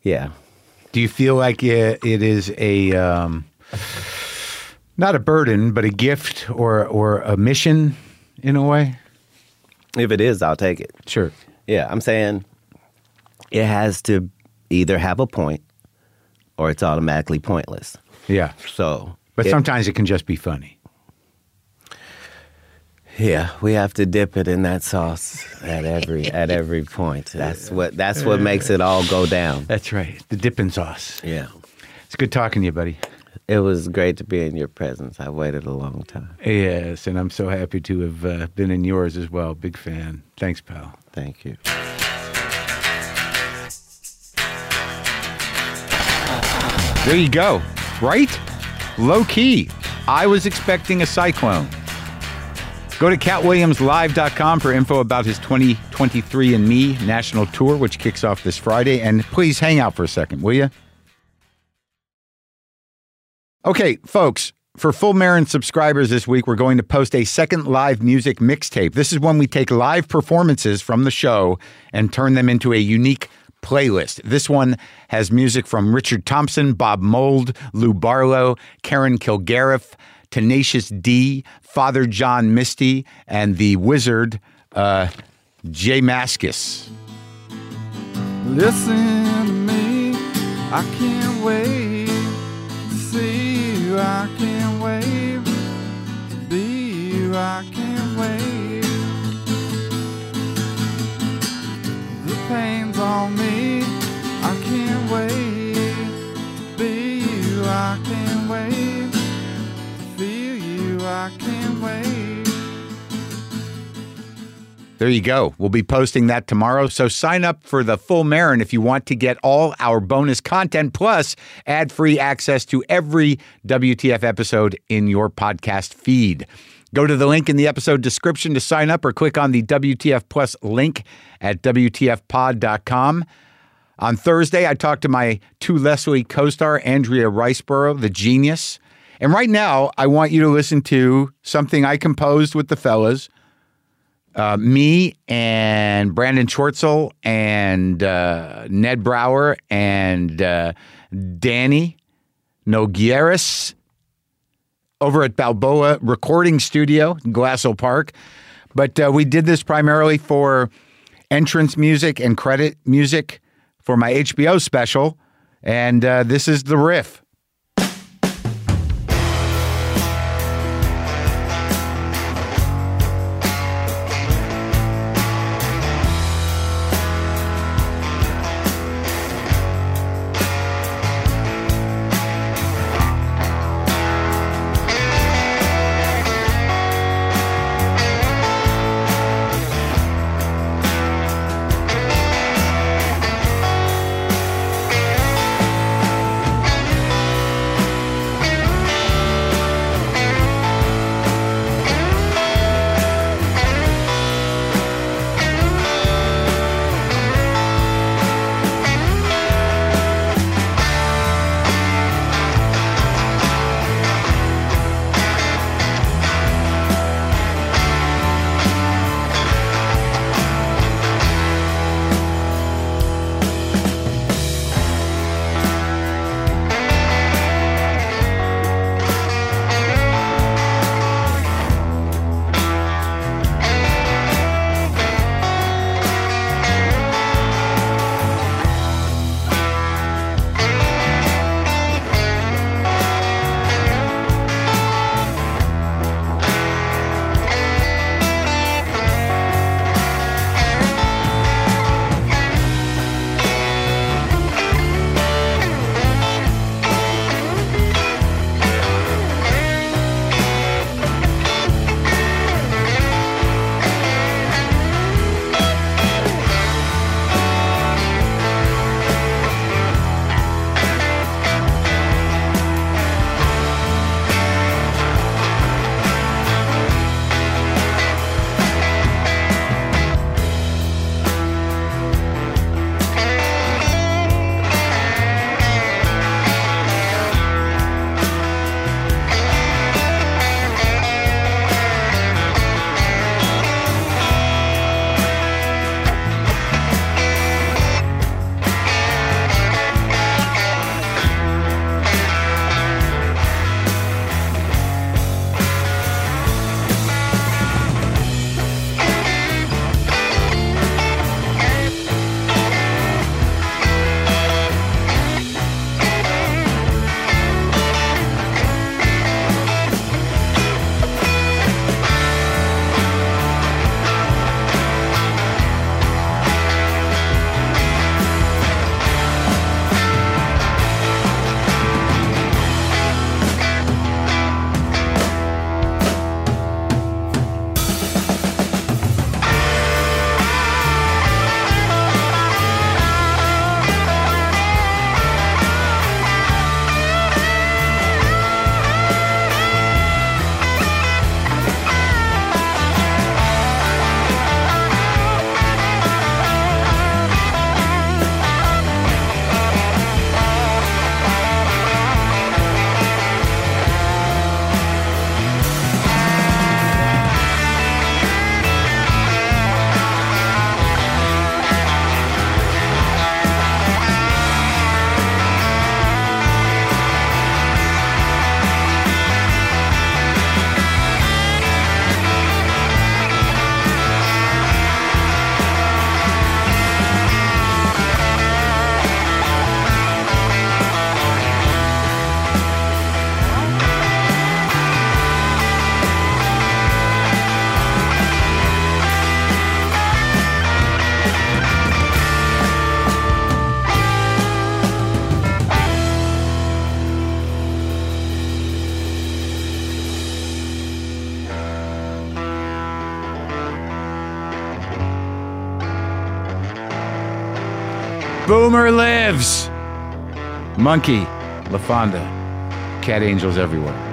yeah, Do you feel like it, it is a um, not a burden, but a gift or or a mission in a way? If it is, I'll take it. Sure. Yeah, I'm saying it has to either have a point or it's automatically pointless. Yeah. So, But it- sometimes it can just be funny. yeah, we have to dip it in that sauce at every at every point. That's what that's what makes it all go down. That's right. The dipping sauce. Yeah. It's good talking to you, buddy. It was great to be in your presence. I waited a long time. Yes, and I'm so happy to have uh, been in yours as well. Big fan. Thanks, pal. Thank you. There you go. Right? Low key. I was expecting a cyclone. Go to catwilliamslive.com for info about his 2023 and Me national tour, which kicks off this Friday. And please hang out for a second, will you? Okay, folks, for full Marin subscribers this week, we're going to post a second live music mixtape. This is when we take live performances from the show and turn them into a unique playlist. This one has music from Richard Thompson, Bob Mold, Lou Barlow, Karen Kilgariff, Tenacious D, Father John Misty, and the wizard, uh, Jay Maskus. Listen to me, I can't wait to see you. I can't wait to be you. I can't wait. The pain's on me. I can't wait to be you. I can't wait to feel you. I can't wait. There you go. We'll be posting that tomorrow. So sign up for the full Marin if you want to get all our bonus content plus ad free access to every WTF episode in your podcast feed. Go to the link in the episode description to sign up or click on the WTF Plus link at WTFpod.com. On Thursday, I talked to my two Leslie co star, Andrea Riceborough, the genius. And right now, I want you to listen to something I composed with the fellas me and Brandon Schwartzel and uh, Ned Brower and uh, Danny Nogueras over at Balboa Recording Studio in Glassell Park. But uh, we did this primarily for entrance music and credit music for my HBO special. And uh, this is the riff. Boomer lives. Monkey, LaFonda, cat angels everywhere.